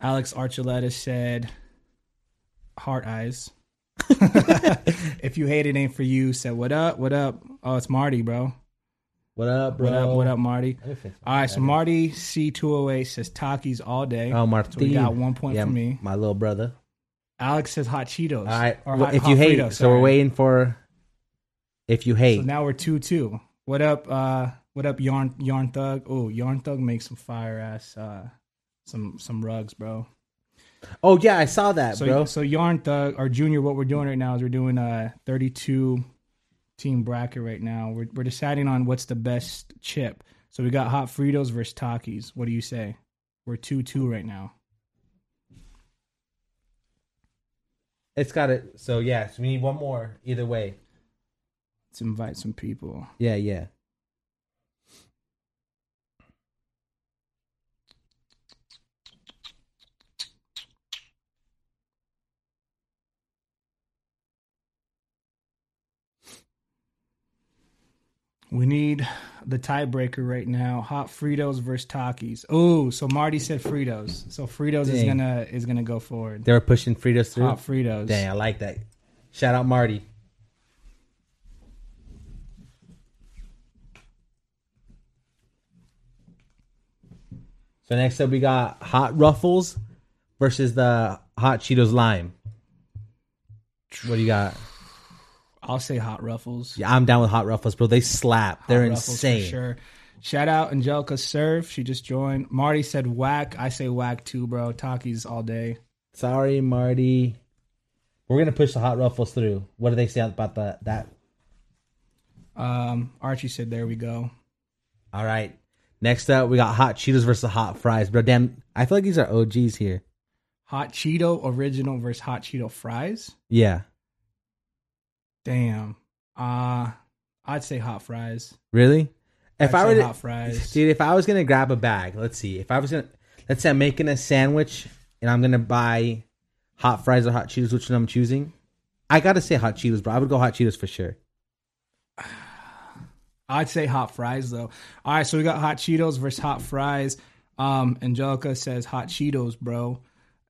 Alex Archuleta said, "Heart eyes." if you hate it, ain't for you. Said, "What up? What up?" Oh, it's Marty, bro. What up, bro? What up? What up, Marty? Let me fix my All right, so Marty C two hundred eight says Takis all day. Oh, Martin. So we got one point yeah, for me. My little brother. Alex says hot Cheetos. All right. or well, hot- if hot you hate, Fritos, so we're sorry. waiting for. If you hate, So now we're two two. What up? Uh, what up, Yarn Yarn Thug? Oh, Yarn Thug makes some fire ass uh, some some rugs, bro. oh yeah, I saw that, So bro. so Yarn Thug or Junior, what we're doing right now is we're doing a thirty two team bracket right now. We're we're deciding on what's the best chip. So we got hot Fritos versus Takis. What do you say? We're two two right now. It's got it. So yeah, so we need one more either way. Let's invite some people. Yeah, yeah. We need the tiebreaker right now. Hot Fritos versus Takis. Oh, so Marty said Fritos. So Fritos is Dang. gonna is gonna go forward. They were pushing Fritos through. Hot Fritos. Dang, I like that. Shout out Marty. So next up, we got Hot Ruffles versus the Hot Cheetos Lime. What do you got? I'll say Hot Ruffles. Yeah, I'm down with Hot Ruffles, bro. They slap. They're Hot Ruffles for insane. sure. Shout out Angelica Surf. She just joined. Marty said whack. I say whack too, bro. Takis all day. Sorry, Marty. We're gonna push the Hot Ruffles through. What do they say about the, that? Um, Archie said there we go. All right. Next up, we got Hot Cheetos versus Hot Fries, bro. Damn, I feel like these are OGs here. Hot Cheeto original versus Hot Cheeto fries. Yeah. Damn. Uh I'd say hot fries. Really? If I'd I say were to, hot fries. dude, if I was gonna grab a bag, let's see. If I was gonna, let's say I'm making a sandwich and I'm gonna buy hot fries or hot Cheetos, which one I'm choosing? I gotta say hot Cheetos, bro. I would go hot Cheetos for sure. I'd say hot fries though. All right, so we got hot Cheetos versus hot fries. Um, Angelica says hot Cheetos, bro.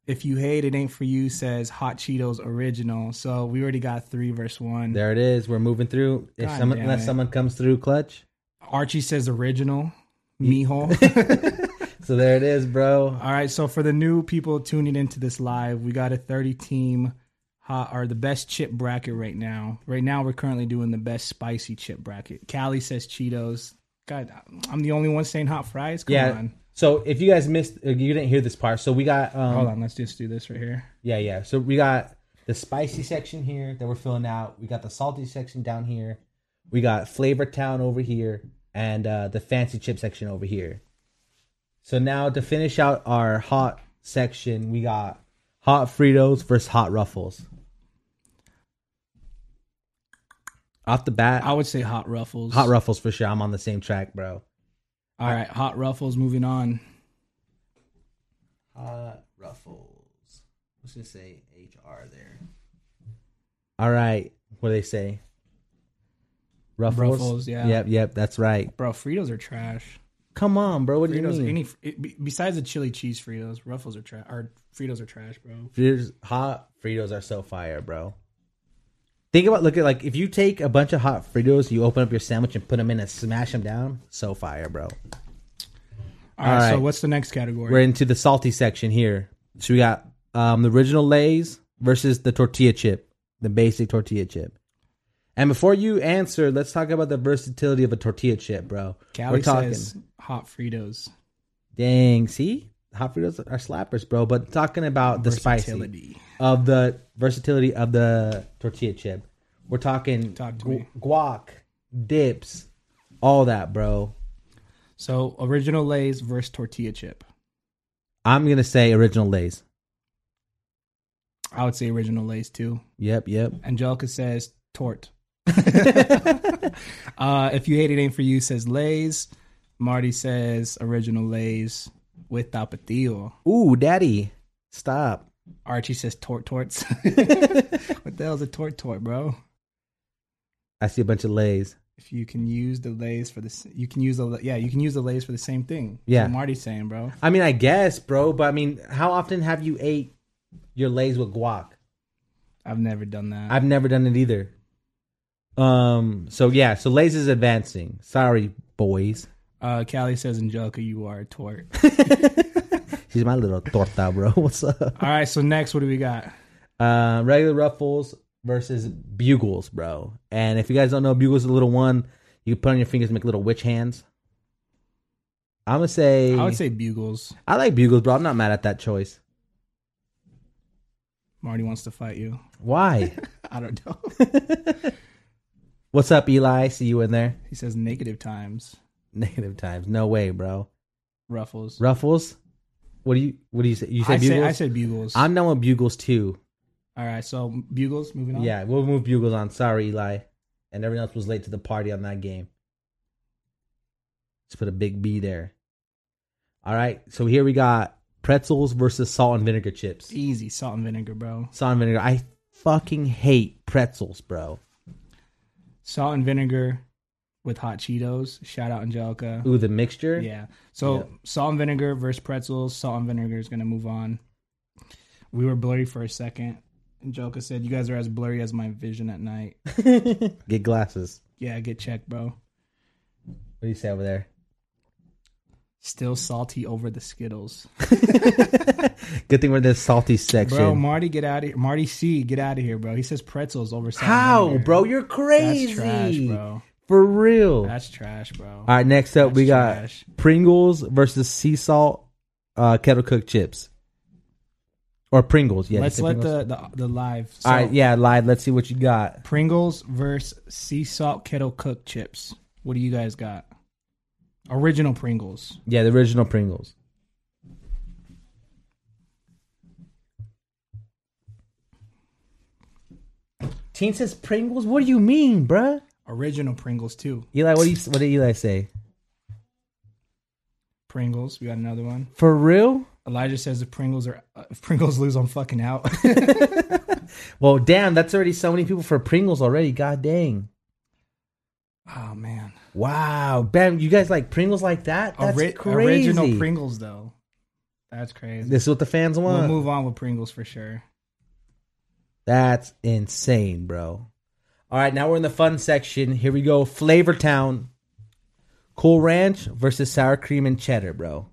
If you hate, it ain't for you. Says Hot Cheetos original. So we already got three verse one. There it is. We're moving through. If God someone, damn unless it. someone comes through clutch. Archie says original. Mijo. So there it is, bro. All right, so for the new people tuning into this live, we got a 30 team hot or the best chip bracket right now. Right now, we're currently doing the best spicy chip bracket. Callie says Cheetos. God, I'm the only one saying hot fries. Come Yeah. on, So if you guys missed, uh, you didn't hear this part. So we got, um, hold on. Let's just do this right here. yeah, yeah. So we got the spicy section here that we're filling out. We got the salty section down here. We got Flavor Town over here, and uh, the fancy chip section over here. So now to finish out our hot section, we got hot Fritos versus hot Ruffles. Off the bat, I would say hot ruffles. hot Ruffles for sure. I'm on the same track, bro. All right, hot ruffles. Moving on. Hot Ruffles. Let's just say HR there. All right. What do they say? Ruffles. Ruffles, yeah. Yep. Yep. That's right. Bro, Fritos are trash. Come on, bro. What do you Fritos, mean? any it, be- besides the chili cheese Fritos, ruffles are trash. Or Fritos are trash, bro. Fritos, hot Fritos are so fire, bro. Think about look at like if you take a bunch of hot Fritos, you open up your sandwich and put them in and smash them down. So fire, bro. All right, so right. what's the next category? We're into the salty section here. So we got um, the original Lay's versus the tortilla chip, the basic tortilla chip. And before you answer, let's talk about the versatility of a tortilla chip, bro. Callie We're talking. says hot Fritos. Dang, see? Hot Fritos are slappers, bro. But talking about the spicy Versatility. of the versatility of the tortilla chip. We're talking Talk to gu- me. guac, dips, all that, bro. So original Lay's versus tortilla chip. I'm gonna say original Lay's. I would say original Lay's too. Yep, yep. Angelica says tort. uh, if you hate it, ain't for you says Lay's. Marty says original Lay's with tapatio. Ooh, daddy. Stop. Archie says tort torts. what the hell's a tort tort, bro? I see a bunch of lays. If you can use the Lay's for the, s- you can use the yeah, you can use the Lay's for the same thing. That's Yeah. what Marty's saying, bro. I mean, I guess, bro, but I mean, how often have you ate your lays with guac? I've never done that. I've never done it either. Um. So yeah. So lays is advancing. Sorry, boys. Uh, Callie says Angelica, you are a tort. She's my little torta, bro. What's up? All right, so next, what do we got? Uh, regular ruffles versus bugles, bro. And if you guys don't know, bugles is a little one you put on your fingers, and make little witch hands. I'm gonna say. I would say bugles. I like bugles, bro. I'm not mad at that choice. Marty wants to fight you. Why? I don't know. What's up, Eli? See you in there. he says negative times. Negative times. No way, bro. Ruffles. Ruffles. What do you What do you say? You say I bugles. say I said bugles. I'm down with bugles too. All right, so bugles. Moving on. Yeah, we'll move bugles on. Sorry, Eli. And everyone else was late to the party on that game. Let's put a big B there. All right. So here we got pretzels versus salt and vinegar chips. easy. Salt and vinegar, bro. Salt and vinegar. I fucking hate pretzels, bro. Salt and vinegar with hot Cheetos. Shout out Angelica. Ooh, the mixture. Yeah. So salt and vinegar versus pretzels. Salt and vinegar is gonna move on. We were blurry for a second. Angelica said, "You guys are as blurry as my vision at night." Get glasses. yeah, get checked, bro. What do you say over there? Still salty over the Skittles. Good thing we're in this salty section. Bro, Marty, get out of here. Marty C, get out of here, bro. He says pretzels over salt and How, vinegar. bro? You're That's crazy. trash, bro. For real. That's trash, bro. All right, next up we got trash. Pringles versus sea salt uh, kettle cooked chips. Or Pringles, yeah. Let's say let Pringles. the, the the live. So, All right, yeah, live. Let's see what you got. Pringles versus sea salt kettle cooked chips. What do you guys got? Original Pringles. Yeah, the original Pringles. Teen says Pringles. What do you mean, bruh? Original Pringles too. Eli, what do you what did Eli say? Pringles. We got another one. For real? Elijah says if Pringles are uh, if Pringles lose, I'm fucking out. Well, damn, that's already so many people for Pringles already. God dang. oh man. Wow, bam! You guys like Pringles like that? That's Ori- crazy. Original Pringles though. That's crazy. This is what the fans want. We'll move on with Pringles for sure. That's insane, bro. All right, now we're in the fun section. Here we go. Flavor Town. Cool Ranch versus sour cream and cheddar, bro.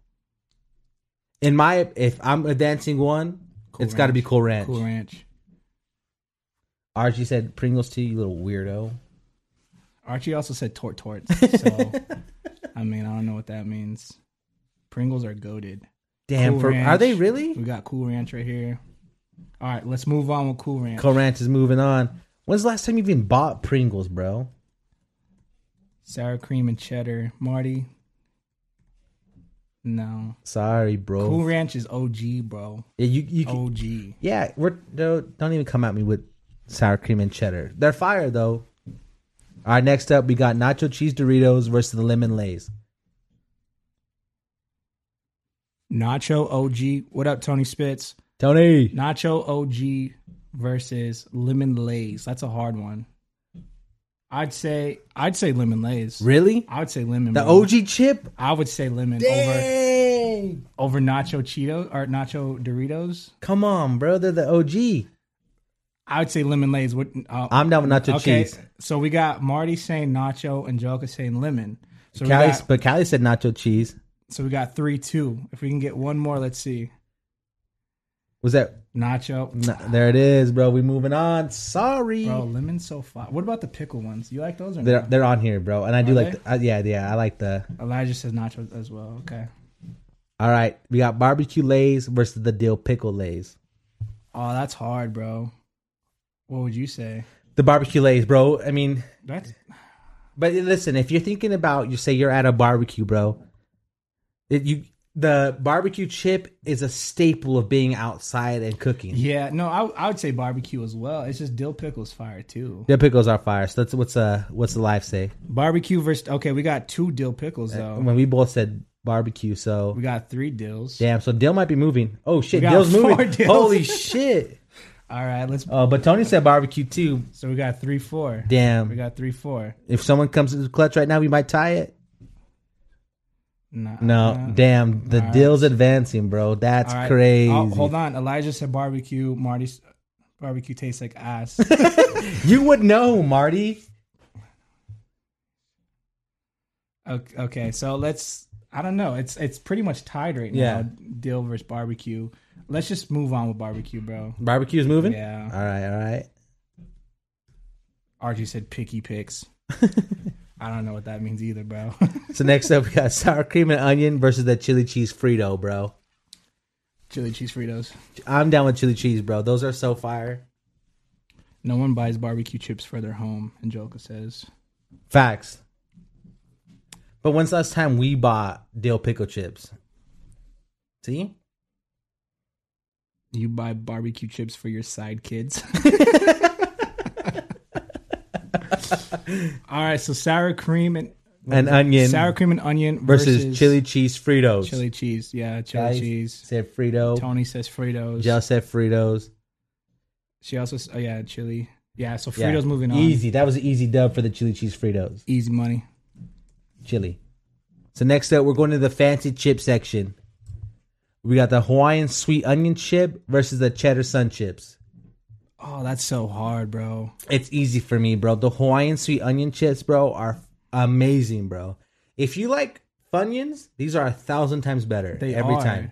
In my if I'm a dancing one, Cool it's got to be Ranch. Cool Ranch. Cool Ranch. Archie said Pringles too, you little weirdo. Archie also said tort torts. So, I mean, I don't know what that means. Pringles are goaded. Damn, Cool for, are Ranch. they really? We got Cool Ranch right here. All right, let's move on with Cool Ranch. Cool Ranch is moving on. When's the last time you even bought Pringles, bro? Sour cream and cheddar. Marty. No. Sorry, bro. Cool Ranch is OG, bro. yeah, you, you can, OG. yeah, we're no, don't even come at me with sour cream and cheddar. They're fire though. All right, next up we got nacho cheese Doritos versus the lemon lays. Nacho OG. What up, Tony Spitz? Tony, Nacho OG versus Lemon Lays. That's a hard one. I'd say I'd say Lemon Lays. really? I would say lemon. The bro. OG chip? I would say lemon Dang! over over nacho Cheetos or nacho Doritos. Come on, bro. They're the OG. I would say lemon lays. What? Uh, I'm down with nacho cheese. So we got Marty saying nacho and Joka saying lemon. So we, Callie, got, but Callie said nacho cheese. so we got three two. If we can get one more, let's see. Was that? Nacho, nah, there it is, bro. We moving on. Sorry. bro. Lemon so far. What about the pickle ones? You like those or They're no? they're on here, bro. And I do Are like. they? The, uh, yeah, yeah. I like the. Elijah says nacho as well. Okay. All right, we got barbecue lays versus the dill pickle lays. Oh, that's hard, bro. What would you say? The barbecue lays, bro. I mean, That's But listen, if you're thinking about, you say you're at a barbecue, bro. It, you the barbecue chip is a staple of being outside and cooking. yeah. No, I, I would say barbecue as well. It's just dill pickles fire too. The pickles are fire. So that's what's uh what's the life say Barbecue versus okay, we got two dill pickles though. when we both said barbecue. So We got three dills. damn, so Dill might be moving. Oh shit, got Dill's four moving. Dills. Holy shit! All right, let's. Uh, but Tony said barbecue too. So we got three four. We Damn, got three four. if someone comes to the clutch right now, we might tie it. Nah, No, nah. damn, the Uh, All right. Dill's advancing, bro. That's All right. crazy. Oh, hold on, Elijah said barbecue. Marty's barbecue tastes like ass. You would know, Marty. okay, okay, so let's. I don't know. It's it's pretty much tied right now. Yeah. Dill versus barbecue. Let's just move on with barbecue, bro. Barbecue's moving. Yeah. All right, all right. Archie said picky picks. I don't know what that means either, bro. So next up, we got sour cream and onion versus the chili cheese Frito, bro. Chili cheese Fritos. I'm down with chili cheese, bro. Those are so fire. No one buys barbecue chips for their home. Angelica says. Facts. But when's the last time we bought dill pickle chips? See? You buy barbecue chips for your side kids. All right, so sour cream and And onion sour cream and onion versus, chili cheese Fritos. chili cheese. Yeah, chili Guys cheese. Said Frito. Tony says Fritos. Jell said Fritos. she also s- oh yeah, chili. Yeah, so Yeah. Fritos moving on. Easy. That was an easy dub for the chili cheese Fritos. Easy money. chili. So next up, we're going to the fancy chip section. We got the Hawaiian sweet onion chip versus the cheddar sun chips. Oh, that's so hard, bro. It's easy for me, bro. The Hawaiian sweet onion chips, bro, are amazing, bro. If you like Funyuns, these are a thousand times better They every are. time.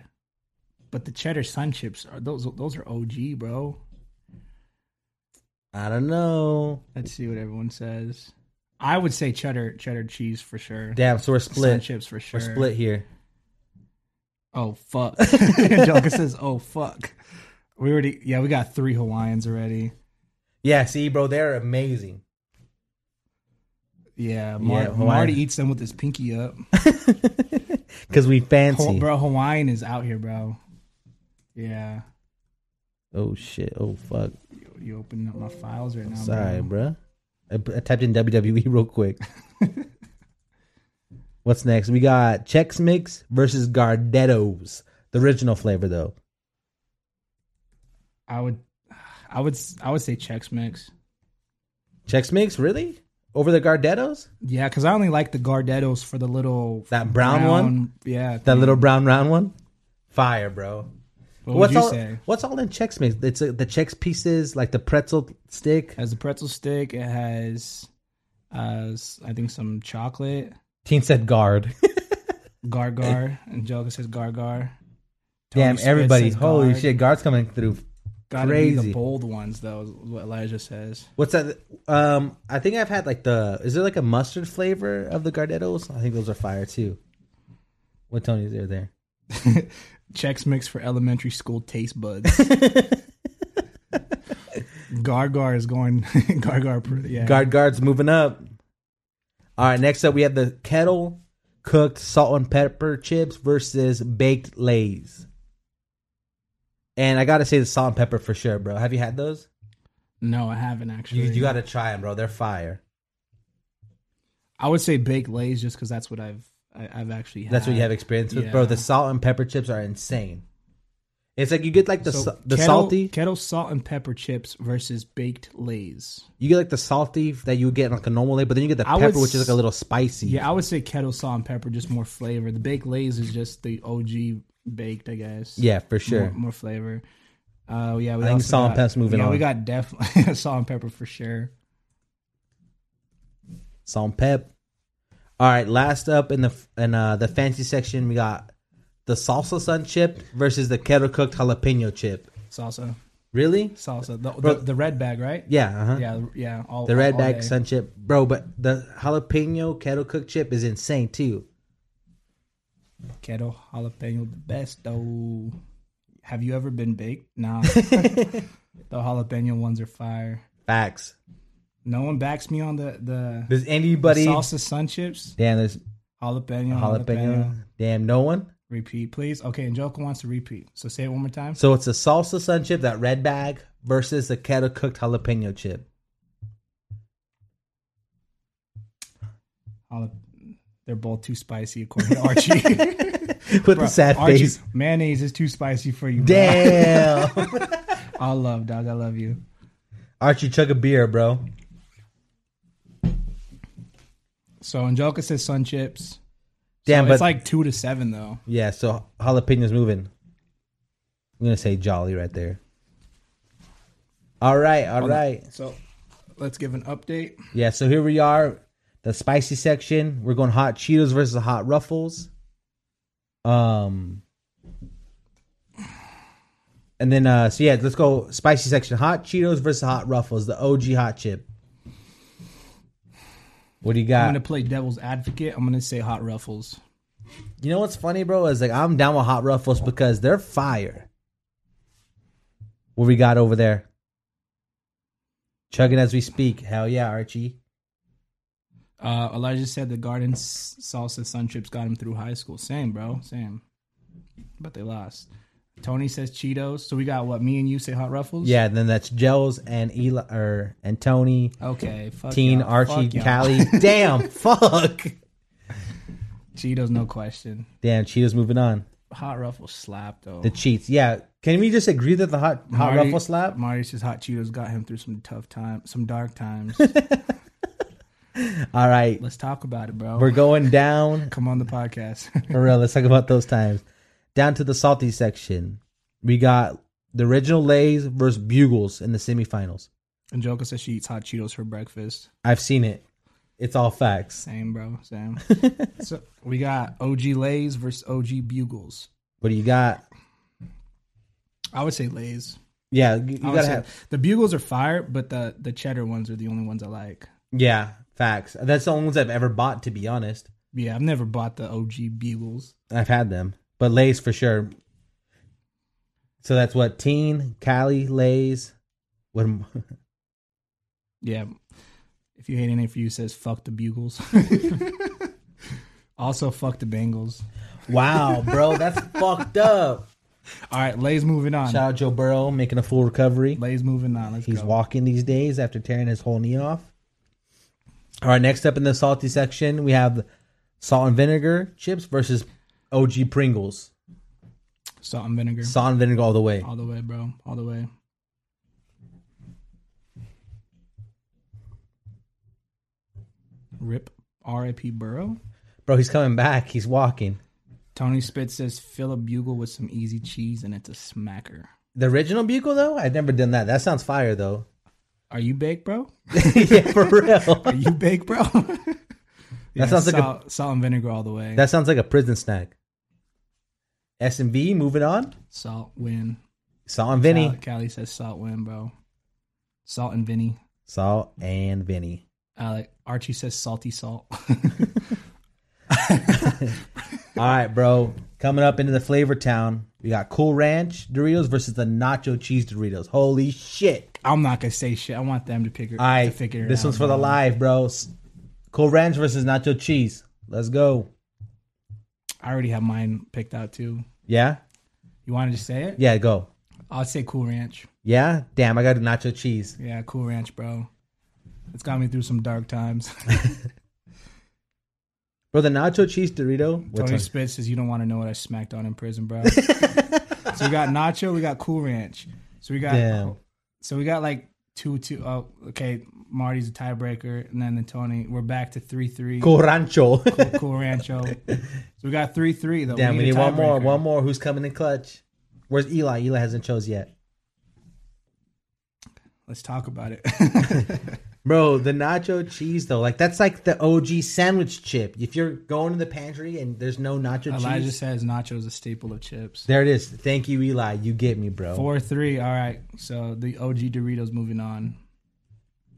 But the cheddar sun chips are those those are OG, bro. I don't know. Let's see what everyone says. I would say cheddar cheddar cheese for sure. Damn, so we're Sun split. chips for sure. We're split here. Oh fuck. Angelica says, "Oh fuck." We already yeah, we got three Hawaiians already. Yeah, see, bro, they're amazing. Yeah, Mar- Yeah, Hawaiian. Marty eats them with his pinky up. Because we Ho- fancy. bro, Hawaiian is out here, bro. Yeah, oh, shit. Oh, fuck. you, you open up my files right now. Sorry, bro. bruh. I, I typed in WWE real quick. What's next? We got Chex Mix versus Gardettos. The original flavor, though. I would, I would, s- I would say Chex Mix. Chex Mix, really? Over the Gardettos? Yeah, because I only like the Gardettos for the little That brown one? Yeah, That thing. little brown round one? fire, bro. What would what's you all say? What's all in Chex Mix? It's uh, the Chex pieces, like the pretzel stick, It has a pretzel stick. It has, uh, s- I think, some chocolate. Teen said guard. Gargar. Angelica says Gargar. Tony Damn, Spitz everybody! says Holy guard. shit, guard's coming through. Gotta be crazy. the bold ones, though, is what Elijah says. What's that? Um, I think I've had like the. Is there like a mustard flavor of the Gardettos? I think those are fire too. What Tony's there there? Chex Mix for elementary school taste buds. Gargar is going. Gargar, pr- yeah. Guard guards moving up. All right, next up we have the kettle cooked salt and pepper chips versus baked lays. And I gotta say the salt and pepper for sure, bro. Have you had those? no, I haven't actually. You you gotta try them, bro. They're fire. I would say baked lays just because that's what I've I, I've actually. Had. That's what you have experience with, bro. Yeah. The salt and pepper chips are insane. It's like you get like the So sa- the kettle- salty. kettle salt and pepper chips versus baked lays. You get like the salty that you would get in, like a normal lay, but then you get the I would pepper, which is like a s- little spicy. Yeah, I would say kettle salt and pepper just more flavor. The baked lays is just the OG baked, I guess. yeah, for sure. more, more flavor. Uh, yeah, we I think also salt and got- pepper's moving yeah, on. we got definitely salt and pepper for sure. salt and pep. All right, last up in the in uh, the fancy section, we got the salsa sun chip versus the kettle cooked jalapeno chip. Salsa, Really? salsa, the, the, Bro- the red bag, right? Yeah. Uh-huh. yeah, yeah. All, The red all bag day. sun chip, bro. But the jalapeno kettle cooked chip is insane too. kettle jalapeno, the best though. Have you ever been baked? Nah, the jalapeno ones are fire. Facts. No one backs me on the the, Does anybody? salsa Oh, sun chips, Damn, there's jalapeno, jalapeno. jalapeno, Damn, no one. Repeat, please. Okay, Angelica wants to repeat. So say it one more time. So it's the salsa sun chip, that red bag, versus the kettle cooked jalapeno chip. Jalap- they're both too spicy, according to Archie. With the sad Archie, face. Mayonnaise is too spicy for you. bro. Damn. I love, dog. I love you. Archie, chug a beer, bro. So Angelica says sun chips. Damn, So but it's like two to seven though. Yeah, so jalapenos moving. I'm gonna say jolly right there. All right, all right. So let's give an update. Yeah, so here we are, the spicy section. We're going hot Cheetos versus the hot Ruffles. Um, and then uh, so yeah, let's go spicy section. Hot Cheetos versus hot Ruffles, the OG hot chip. What do you I'm got? gonna play devil's advocate. I'm gonna say hot ruffles. You know what's funny, bro? Is like I'm down with hot ruffles because they're fire. What we got over there? Chugging as we speak. Hell yeah, Archie. Uh, Elijah said the garden s- salsa sun chips got him through high school. Same, bro. Same. But they lost. Tony says Cheetos. So we got what? Me and you say hot ruffles. Yeah, then that's Gels and Eli or and Tony, Okay. Fuck Teen, y'all. Archie, Fuck y'all. Callie. Damn, fuck. Cheetos, no question. Damn, Cheetos moving on. Hot ruffles slap though. The cheats. Yeah. Can we just agree that the hot hot Marty- ruffle slap? Marty says hot Cheetos got him through some tough times, some dark times. All right. Let's talk about it, bro. We're going down. Come on the podcast. For real, let's talk about those times. Down to the salty section. We got the original Lays versus Bugles in the semifinals. Angelica says she eats hot Cheetos for breakfast. I've seen it. It's all facts. Same, bro. Same. so we got OG Lays versus OG Bugles. What do you got? I would say Lays. Yeah, you, you I would gotta say- have. the Bugles are fire, but the the cheddar ones are the only ones I like. Yeah, facts. That's the only ones I've ever bought, to be honest. Yeah, I've never bought the OG Bugles. I've had them, but Lays for sure. So that's what Teen, Callie, Lays. What? am- Yeah. If you hate any for you says fuck the Bugles. also fuck the Bengals. Wow, bro, that's fucked up. All right, Lay's moving on. Shout out Joe Burrow making a full recovery. Lay's moving on. Let's He's go. walking these days after tearing his whole knee off. All right, next up in the salty section, we have salt and vinegar chips versus OG Pringles. Salt and vinegar. Salt and vinegar all the way. All the way, bro. All the way. Rip. R.I.P. Burrow. Bro, he's coming back. He's walking. Tony Spitz says fill a bugle with some easy cheese and it's a smacker. The original bugle though, I've never done that. That sounds fire though. Are you baked, bro? yeah, for real. Are you baked, bro? Yeah, sounds like a- salt, salt and vinegar all the way. That sounds like a prison snack. S and V. Moving on. salt win. Salt and Vinny. Cal- Callie says salt win, bro. Salt and Vinny. Salt and Vinny. Alec Archie says salty salt. All right, bro. Coming up into the flavor town, we got Cool Ranch Doritos versus the Nacho Cheese Doritos. Holy shit! I'm not gonna say shit. I want them to figure. All right, to figure it this out, one's for the bro. live, bro. S- Cool Ranch versus Nacho Cheese. Let's go. I already have mine picked out too. Yeah, You want to just say it? yeah, go. I'll say Cool Ranch. Yeah, damn, I got to Nacho Cheese. Yeah, Cool Ranch, bro. It's got me through some dark times. Bro, the Nacho Cheese Dorito. What's Tony on? Spitz says you don't want to know what I smacked on in prison, bro. so we got Nacho, we got Cool Ranch. So we got Damn. so we got like two two oh okay, Marty's a tiebreaker, and then the Tony. We're back to three three. Cool Rancho. Cool Rancho. So we got three three though. damn, we a need one more. tiebreaker. One more. Who's coming in clutch? Where's Eli? Eli hasn't chose yet. Let's talk about it. Bro, the nacho cheese though, like that's like the OG sandwich chip. If you're going to the pantry and there's no nacho Elijah cheese, says nacho is a staple of chips. there it is. Thank you, Eli. You get me, bro. Four three. All right. So the OG Doritos moving on.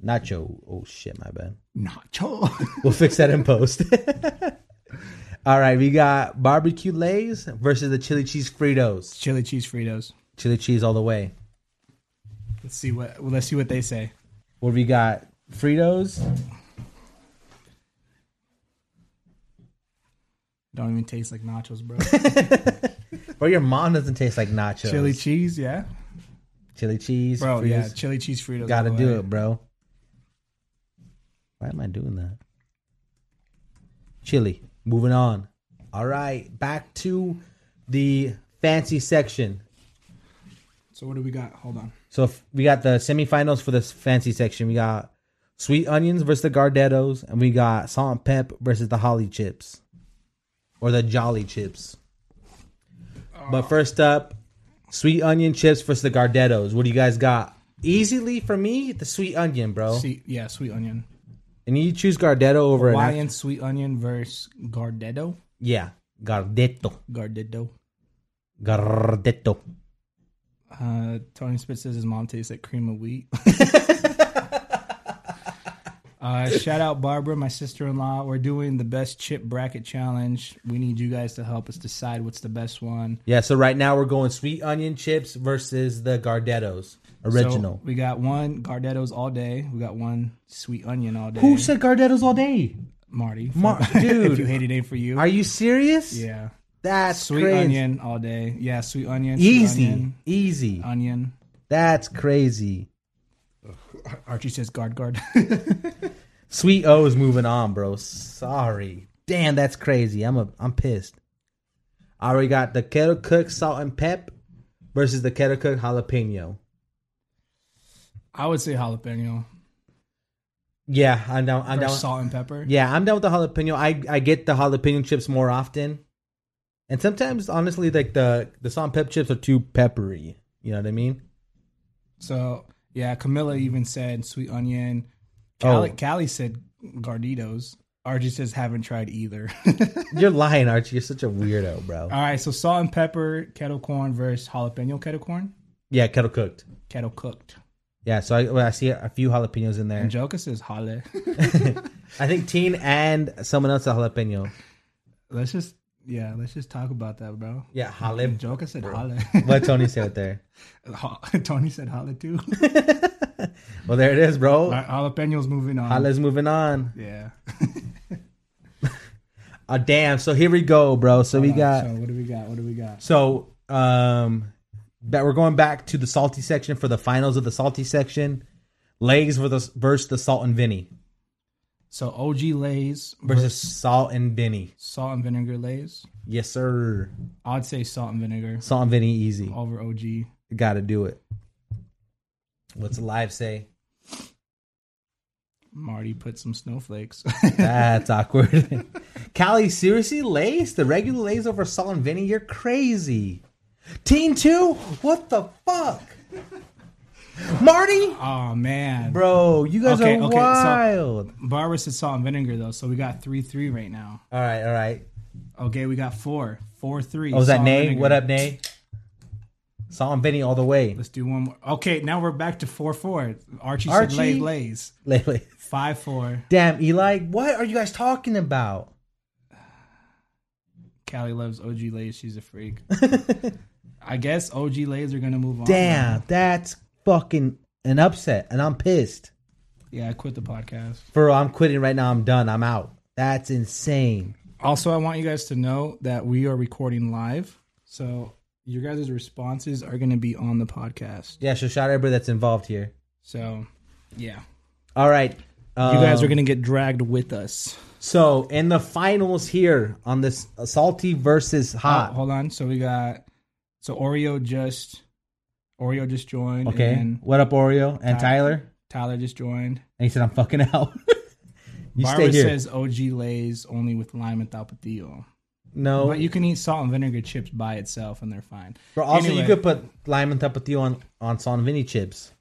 Nacho. Oh shit, my bad. Nacho. We'll fix that in post. All right, we got barbecue lays versus the chili cheese Fritos. Chili cheese Fritos. Chili cheese all the way. Let's see what. Well, let's see what they say. What we got? Fritos. Don't even taste like nachos, bro. Bro, your mom doesn't taste like nachos. chili cheese, yeah, chili cheese. bro. Fritos. Yeah, chili cheese Fritos. Gotta all the do way. it, bro. Why am I doing that? Chili. Moving on. All right, back to the fancy section. So what do we got? Hold on. So if we got the semifinals for this fancy section. We got sweet onions versus the Gardettos, and we got salt and pep versus the Holly chips, or the Jolly chips. But first up, sweet onion chips versus the Gardettos. What do you guys got? Easily for me, the sweet onion, bro. See, yeah, sweet onion. And you choose Gardetto over an Hawaiian sweet onion versus Gardetto. yeah, Gardetto, Gardetto. Gardetto. Uh, Tony Spitz says his mom tastes like cream of wheat. uh, shout out Barbara, my sister in law. We're doing the best chip bracket challenge. We need you guys to help us decide what's the best one. Yeah, so right now we're going sweet onion chips versus the Gardettos So original. we got one Gardetto's all day. We got one sweet onion all day. Who said Gardettos all day? Marty? Mar- if dude. you hated it ain't for you. Are you serious? yeah. that's Sweet crazy. onion all day. Yeah, sweet onion. sweet Easy, onion. easy. onion. That's crazy. Archie says guard guard. Sweet O is moving on, bro. Sorry. Damn, that's crazy. I'm a I'm pissed. I already got the kettle cook salt and pep versus the kettle cook jalapeno. I would say jalapeno Yeah, I'm down. I'm or down. salt and pepper. Yeah, I'm down with the jalapeno. I I get the jalapeno chips more often, and sometimes honestly, like the the salt and pep chips are too peppery. You know what I mean? So yeah, Camilla even said sweet onion. Mm-hmm. Oh. Callie, Callie said Garditos. Archie says haven't tried either. You're lying, Archie. You're such a weirdo, bro. All right, so salt and pepper kettle corn versus jalapeno kettle corn, Yeah, kettle cooked. kettle cooked. Yeah, so I, well, I see a few jalapenos in there. And Joka says jale. I think teen and someone else a jalapeno. let's just yeah, let's just talk about that, bro. Yeah, jalap. Joka said jale. What Tony said there. Ha- Tony said jale too. Well, there it is, All bro. right, jalapenos moving on. Jale's moving on. Yeah. Oh, damn. So here we go, bro. So we got. So what do we got? What do we got? So, um, but we're going back to the salty section for the finals of the salty section. Legs for the, versus the salt and Vinny So OG Lay's versus salt and Vinny. salt and vinegar Lay's. Yes, sir. I'd say salt and vinegar Salt and Vinny, easy. over OG. Got to do it. What's live say? Marty put some snowflakes. That's awkward. Callie, seriously, Lays? The regular Lays over Salt and Vinny? You're crazy. Teen 2? What the fuck? Marty? oh man, Bro, you guys Okay, are okay, so- wild. Barbara said salt and vinegar though, so we got three three right now. all right, all right. Okay, we got four, four three. Oh, was salt that and Nay? vinegar. What up, Nay? Salt and Vinny all the way. Let's do one more. Okay, now we're back to four four. Archie, Archie. said lay lays Lately. five four. Damn, Eli, what are you guys talking about? Callie loves OG lays. She's a freak. I guess OG lays are gonna move on. Damn, that's fucking an upset, and I'm pissed. Yeah, I quit the podcast. For real, I'm quitting right now. I'm done. I'm out. That's insane. Also, I want you guys to know that we are recording live, so your guys' responses are gonna be on the podcast. Yeah, so shout out everybody that's involved here. So, yeah, All right. Um, you guys are gonna get dragged with us. So in the finals here on this uh, salty versus Oh, hot. hold on. So we got so Oreo just Oreo just joined. okay. And what up, Oreo and Ty- Tyler? Tyler just joined. And he said, "I'm fucking out." you Barbara stay here. says OG lays only with lime and tapatio. no. But you can eat salt and vinegar chips by itself and they're fine. but also, you Anyway. could put lime and tapatio on on San Vinny chips.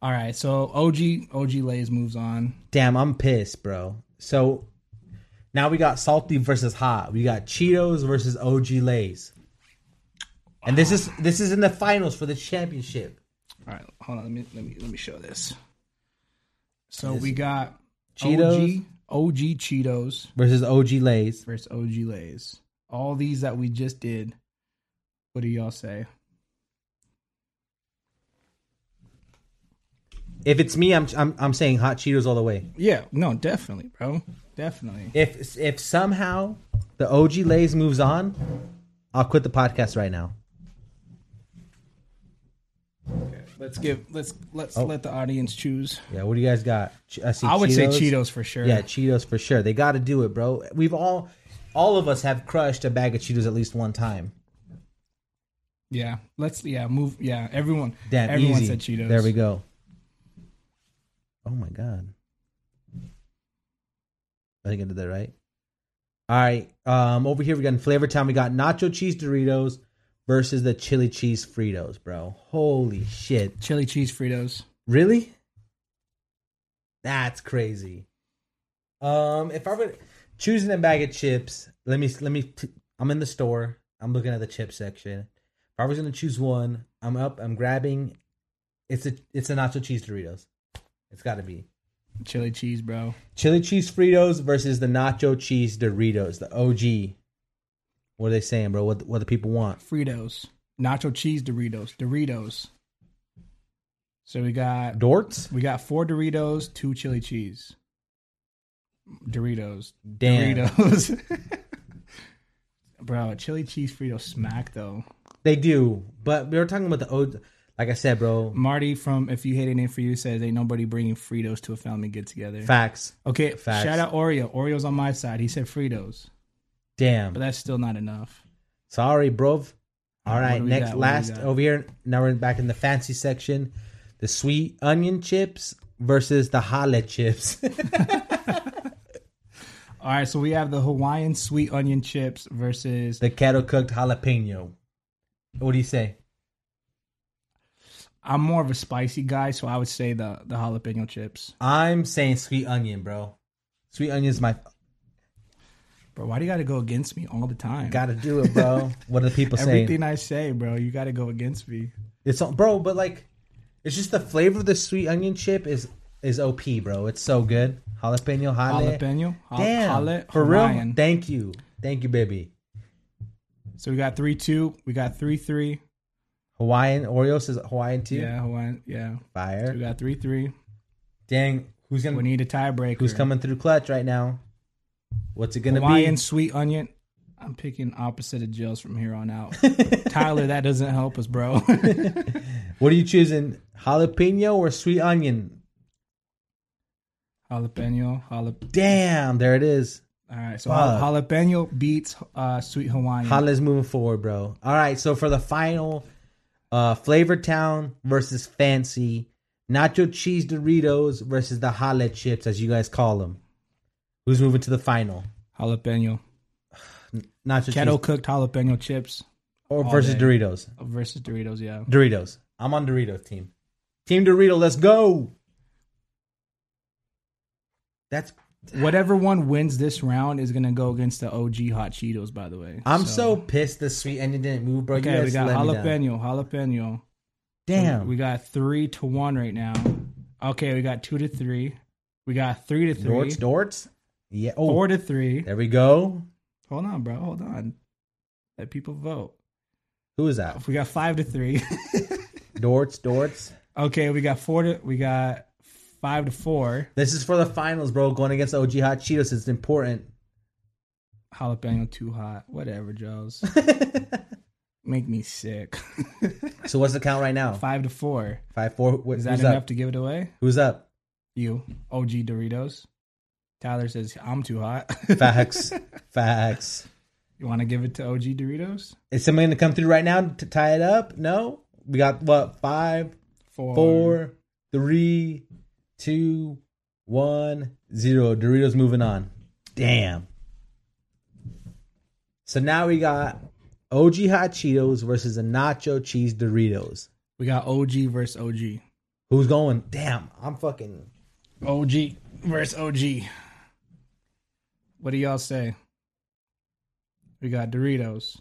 All right. So OG OG lays moves on. Damn, I'm pissed, bro. So now we got salty versus hot. We got Cheetos versus OG Lays. And this is this is in the finals for the championship. All right. Hold on. Let me let me let me show this. So we got Cheetos? OG OG Cheetos Versus OG Lays. versus OG lays. All these that we just did. What do y'all say? If it's me, I'm I'm I'm saying hot Cheetos all the way. Yeah, no, definitely, bro. Definitely. If if somehow the OG Lays moves on, I'll quit the podcast right now. Let's give let's let's Oh. let the audience choose. Yeah, what do you guys got? Ch- I, see I would say Cheetos. Cheetos for sure. Yeah, Cheetos for sure. They got to do it, bro. We've all all of us have crushed a bag of Cheetos at least one time. Yeah. Let's yeah, move yeah, everyone. Damn, everyone easy. said Cheetos. There we go. Oh my god. I think I did that right. All right. Um, over here we got in Flavor Town. We got Nacho Cheese Doritos versus the Chili Cheese Fritos, bro. Holy shit! Chili cheese Fritos. Really? That's crazy. Um, if I were choosing a bag of chips, let me let me. T- I'm in the store. I'm looking at the chip section. If I was gonna choose one, I'm up. I'm grabbing. It's a it's a nacho cheese Doritos. It's got to be Chili cheese, bro. chili cheese Fritos versus the nacho cheese Doritos, the OG. What are they saying, bro? What what the people want? Fritos. Nacho cheese Doritos. Doritos. So we got Dorts? we got four Doritos, two chili cheese. Doritos. Damn. Doritos. bro, chili cheese Fritos smack though. They do, but we were talking about the OG. Like I said, bro. Marty from If You Hate It, Name for You says, Ain't nobody bringing Fritos to a family get together. Facts. okay, facts. shout out Oreo. Oreo's on my side. He said Fritos, Damn. but that's still not enough. Sorry, bruv. All What right, do we got? next, What do we last got? over here. Now we're back in the fancy section. The sweet onion chips versus the hale chips. All right, so we have the Hawaiian sweet onion chips versus. the kettle cooked jalapeno. What do you say? I'm more of a spicy guy, so I would say the, the jalapeno chips. I'm saying sweet onion, bro. Sweet onion's my Bro, why do you got to go against me all the time? gotta do it, bro. what are the people saying? Everything I say, bro, you got to go against me. It's all- bro, but like, it's just the flavor of the sweet onion chip is is op, bro. It's so good. Jalapeno, hale. Jalapeno, Jal- Damn, jala- for real. Hawaiian. Thank you, thank you, baby. So we got three two, we got three three. Hawaiian Oreo says Hawaiian too. Yeah, Hawaiian. Yeah, Fire. we got three three. Dang, who's We gonna need a tiebreaker. who's coming through clutch right now? What's it gonna Hawaiian be? sweet onion. I'm picking opposite of Jill's from here on out. Tyler, that doesn't help us, bro. What are you choosing? Jalapeno or sweet onion? jalapeno, jalap. Damn, there it is. All right, so Fuck. jal- jalapeno beats uh, sweet Hawaiian. Hala's moving forward, bro. All right, so for the final, uh, Flavor Town versus Fancy. Nacho cheese Doritos versus the Hale chips, as you guys call them. Who's moving to the final? Jalapeno. Nacho Kettle cheese cooked jalapeno chips or versus day. Doritos? versus Doritos, yeah. Doritos. I'm on Doritos team. Team Dorito, let's go. That's Whatever one wins this round is gonna go against the OG hot Cheetos, by the way. I'm so, pissed the sweet onion didn't move, bro. you Okay, guys we got let me down. jalapeno, jalapeno. Damn. We got three to one right now. Okay, we got two to three. We got three to three. Dorts, Dorts. Yeah. Oh, Four to three. there we go. Hold on, bro. Hold on. Let people vote. Who is that? We got five to three. Dorts, Dorts. okay, we got four to we got five to four. This is for the finals, bro. Going against OG Hot Cheetos. It's important. Jalapeno too hot. Whatever, Joe's. Make me sick. So what's the count right now? five to four. Five, four. Wh- Is that who's enough up? to give it away? who's up? You. OG Doritos. Tyler says I'm too hot. Facts. Facts. you wanna give it to OG Doritos? Is somebody gonna come through right now to tie it up? No. We got what? Five, Four. four, three, two, one, zero. Doritos moving on. Damn. So now we got OG Hot Cheetos versus the Nacho Cheese Doritos. We got OG versus OG. Who's going? Damn, I'm fucking. OG versus OG. What do y'all say? We got Doritos.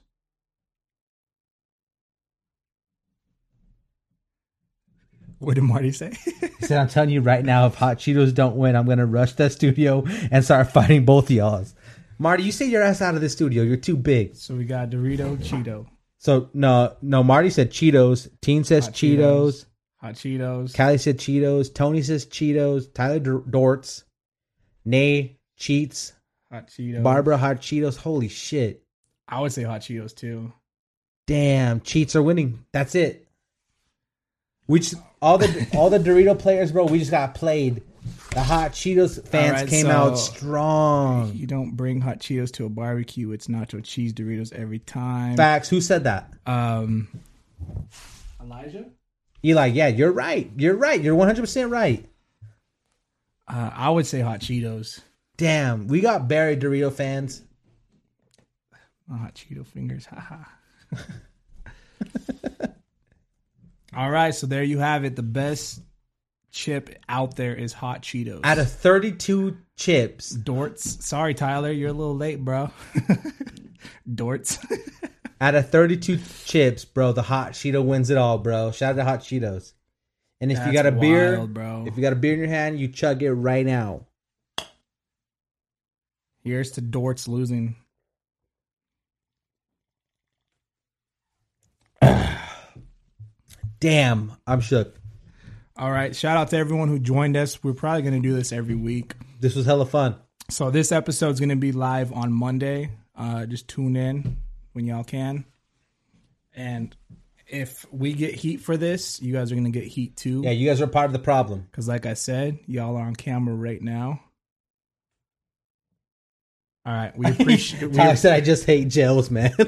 What did Marty say? He said, I'm telling you right now, if Hot Cheetos don't win, I'm gonna rush that studio and start fighting both of y'all's. Marty, you stay your ass out of the studio. You're too big. so we got Dorito, Cheeto, So no, no. Marty said Cheetos. Teen says Hot Cheetos. Cheetos. Hot Cheetos, Callie said Cheetos. Tony says Cheetos. Tyler D- Dortz. Nay cheats. Hot Cheetos. Barbara Hot Cheetos. Holy shit! I would say Hot Cheetos too. Damn, cheats are winning. That's it. Which all the all the Dorito players, bro. We just got played. The Hot Cheetos fans Alright, came so- out strong. You don't bring Hot Cheetos to a barbecue. It's nacho cheese Doritos every time. Facts. Who said that? Um, Elijah. Eli. Yeah, you're right. You're right. You're 100 percent right. Uh, I would say Hot Cheetos. Damn, we got buried, Dorito fans. My hot Cheeto fingers. Ha ha. All right, so there you have it. The best chip out there is hot Cheetos. Out of 32 chips, Dorts. Sorry, Tyler, you're a little late, bro. Dorts. out of 32 chips, bro, the hot Cheeto wins it all, bro. Shout out to Hot Cheetos. And if you That's got a beer, wild, bro. if you got a beer in your hand, you chug it right now. Here's to Dorts losing. Damn, I'm shook. All right, shout out to everyone who joined us. We're probably going to do this every week. This was hella fun. So this episode's going to be live on Monday. Uh, just tune in when y'all can. And if we get heat for this, you guys are going to get heat too. Yeah, you guys were part of the problem. Because, like I said, y'all are on camera right now. All right. We appreciate Tyler we, said, I just hate jails, man.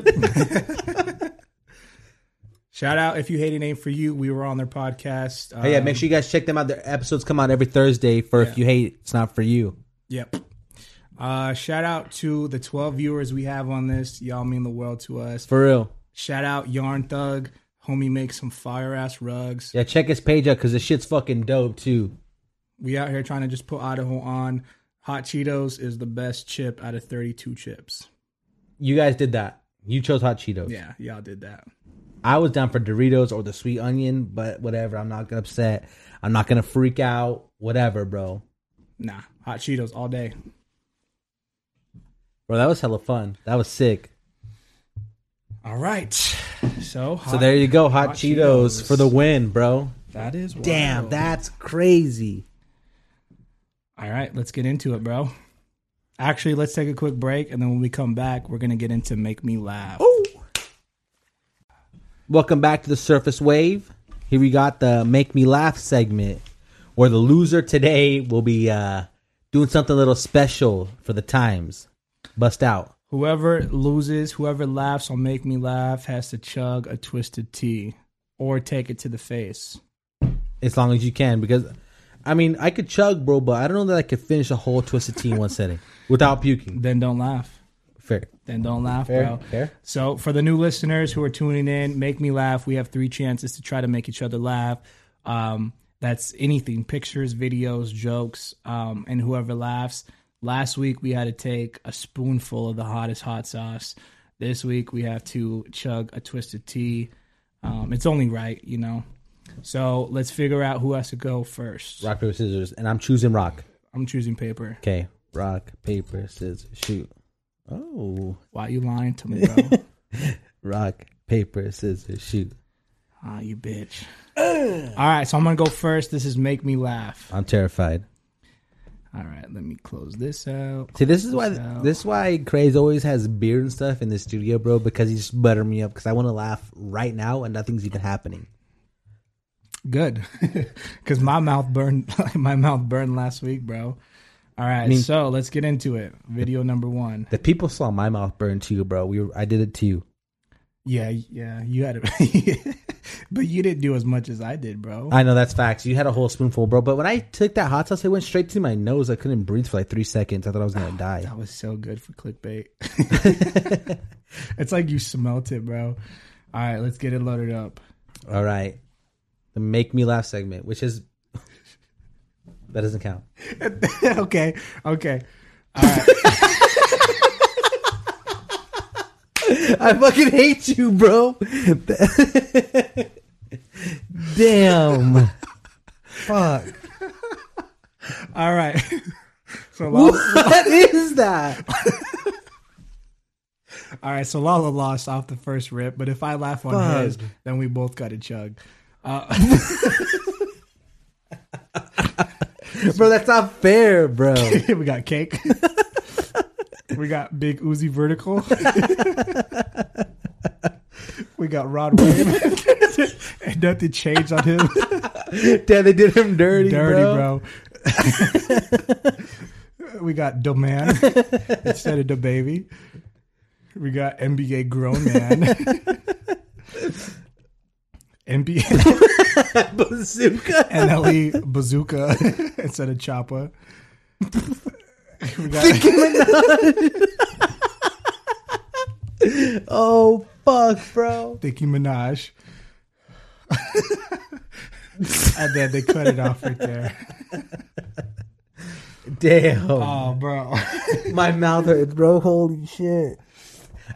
Shout out if you hate it, ain't for you. We were on their podcast. But Oh, yeah, make sure you guys check them out. Their episodes come out every Thursday for If You Hate, It's Not For You. um, Yep. Uh, shout out to the 12 viewers we have on this. Y'all mean the world to us. For real. Shout out Yarn Thug. Homie makes some fire ass rugs. Yeah, check his page out because this shit's fucking dope, too. We out here trying to just put Idaho on. Hot Cheetos is the best chip out of 32 chips. You guys did that. You chose Hot Cheetos. Yeah, y'all did that. I was down for Doritos or the sweet onion, but whatever. I'm not gonna upset. I'm not gonna freak out. Whatever, bro. Nah, Hot Cheetos all day. Bro, that was hella fun. That was sick. All right. So, hot, So there you go, hot, Hot Cheetos, Cheetos. for the win, bro. that is wild. Damn, that's crazy. All right, let's get into it, bro. Actually, let's take a quick break and then when we come back, we're going to get into Make Me Laugh. Welcome back to the Surface Wave. Here we got the Make Me Laugh segment, where the loser today will be uh, doing something a little special for the times. Bust out. Whoever loses, whoever laughs on Make Me Laugh has to chug a twisted tea or take it to the face. as long as you can because I mean I could chug, bro, but I don't know that I could finish a whole twisted tea in one sitting without puking. Then don't laugh. Fair. Then don't laugh, Fair, bro. fair. So for the new listeners who are tuning in, make me laugh. We have three chances to try to make each other laugh. Um, that's anything: pictures, videos, jokes, um, and whoever laughs. Last week we had to take a spoonful of the hottest hot sauce. This week we have to chug a twisted tea. Um, it's only right, you know. So let's figure out who has to go first. Rock paper scissors, and I'm choosing rock. I'm choosing paper. Okay, rock paper scissors shoot. Oh, Why you lying to me, bro? rock paper scissors shoot. Ah, you bitch. All right, so I'm gonna go first. This is make me laugh. I'm terrified. All right, let me close this out. See, this is why So- this is why Craze always has beer and stuff in the studio, bro, because he's just buttering me up because I want to laugh right now and nothing's even happening. Good, because my mouth burned. my mouth burned last week, bro. All right, so let's get into it. Video number one. The people saw my mouth burn too, bro. We were, I did it to you. Yeah, yeah, you had it, but you didn't do as much as I did, bro. I know that's facts. You had a whole spoonful, bro. But when I took that hot sauce, it went straight to my nose. I couldn't breathe for like three seconds. I thought I was gonna die. That was so good for clickbait. it's like you smelt it, bro. All right, let's get it loaded up. All right, the make me laugh segment, which is that doesn't count. okay, okay. I fucking hate you, bro. Damn. Fuck. All right. so Lala, What is that? all right, so Lala lost off the first rip, but if I laugh on Fuck. his, then we both got a chug. Uh, Bro, that's not fair, bro. we got cake. we got big Uzi vertical. we got Rod Wave. and nothing changed on him. Damn, they did him dirty, Dirty, bro. bro. we got the man instead of the baby. We got NBA grown man. NBA. Bazooka. NLE E bazooka instead of choppa. We got- Oh, fuck, bro. Nicki Minaj. and then they cut it off right there. Damn. Oh, bro. My mouth hurts, bro. Holy shit.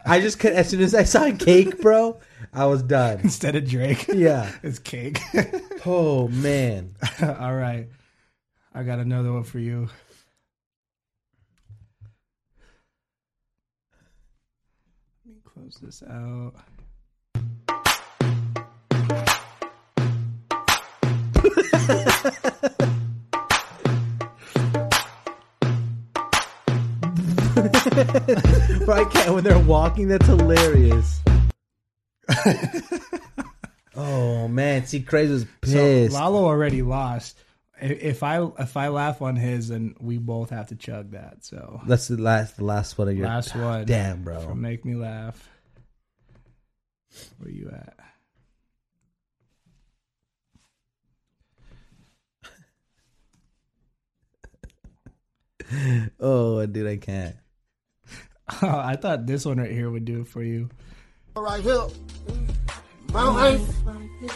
I just could, as soon as I saw cake, bro, I was done. Instead of Drake, Yeah. it's cake. Oh, man. All right. I got another one for you. Let me close this out. Bro, I can't. When they're walking, that's hilarious. oh, man. See, Craze was So pissed. Lalo already lost. I- If I if I laugh on his, then we both have to chug that. So that's the last, the last one of your. last one. Damn, bro. for Make me laugh. Where you at? Oh, dude, I can't. Oh, I thought this one right here would do it for you. right here. My wife. You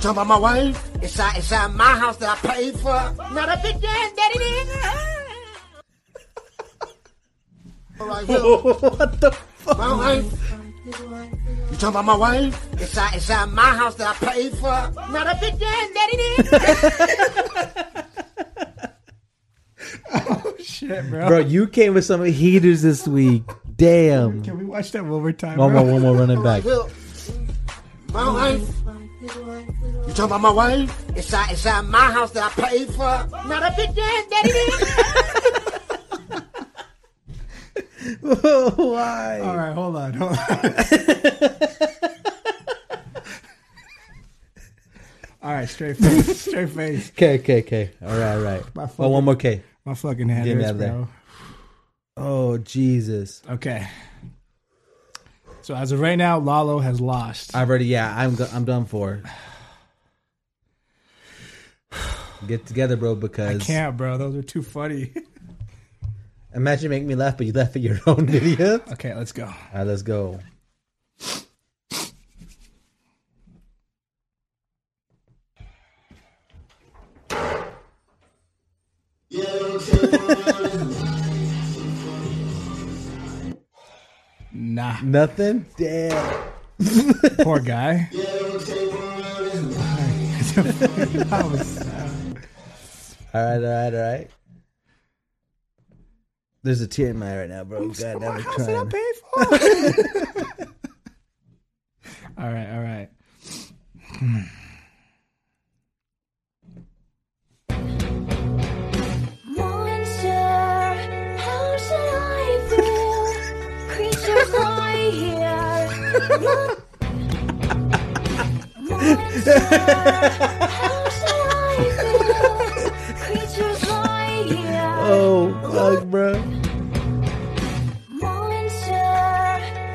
talking about my wife? It's out, it's out my house that I paid for. Not a big dance that it is. All right here. what the fuck? My wife. You talking about my wife? It's out, it's out my house that I paid for. Not a big dance that it is. Shit, bro. Bro, you came with some heaters this week. Damn. Can we watch that one more time? One bro? more, one more running All right back. here. My wife. You talking about my wife? It's out, it's out my house that I paid for. Not a big dance that it is. Why? All right, hold on. Hold on. All right, straight face, straight face. Okay, okay, okay. All right, all right. My Oh, fucking- one more K. My fucking head Get me hurts, out of there. bro. Oh, Jesus. Okay. So as of right now, Lalo has lost. I've already, yeah, I'm go- I'm done for. Get together, bro, because I can't, bro. Those are too funny. imagine making me laugh, but you laugh at your own video. All okay, let's go. right, let's go. Nah, Nothing? Damn. poor guy. That was- All right, all right, all right. There's a tear in my eye right now, bro. God, damn, I'm How's it I trying. paid for? all right, all right. Monster, how shall I feel? Creatures lie here. Mon- Monster, how shall I feel? Creatures lie here. Oh, fuck, bro. Monster,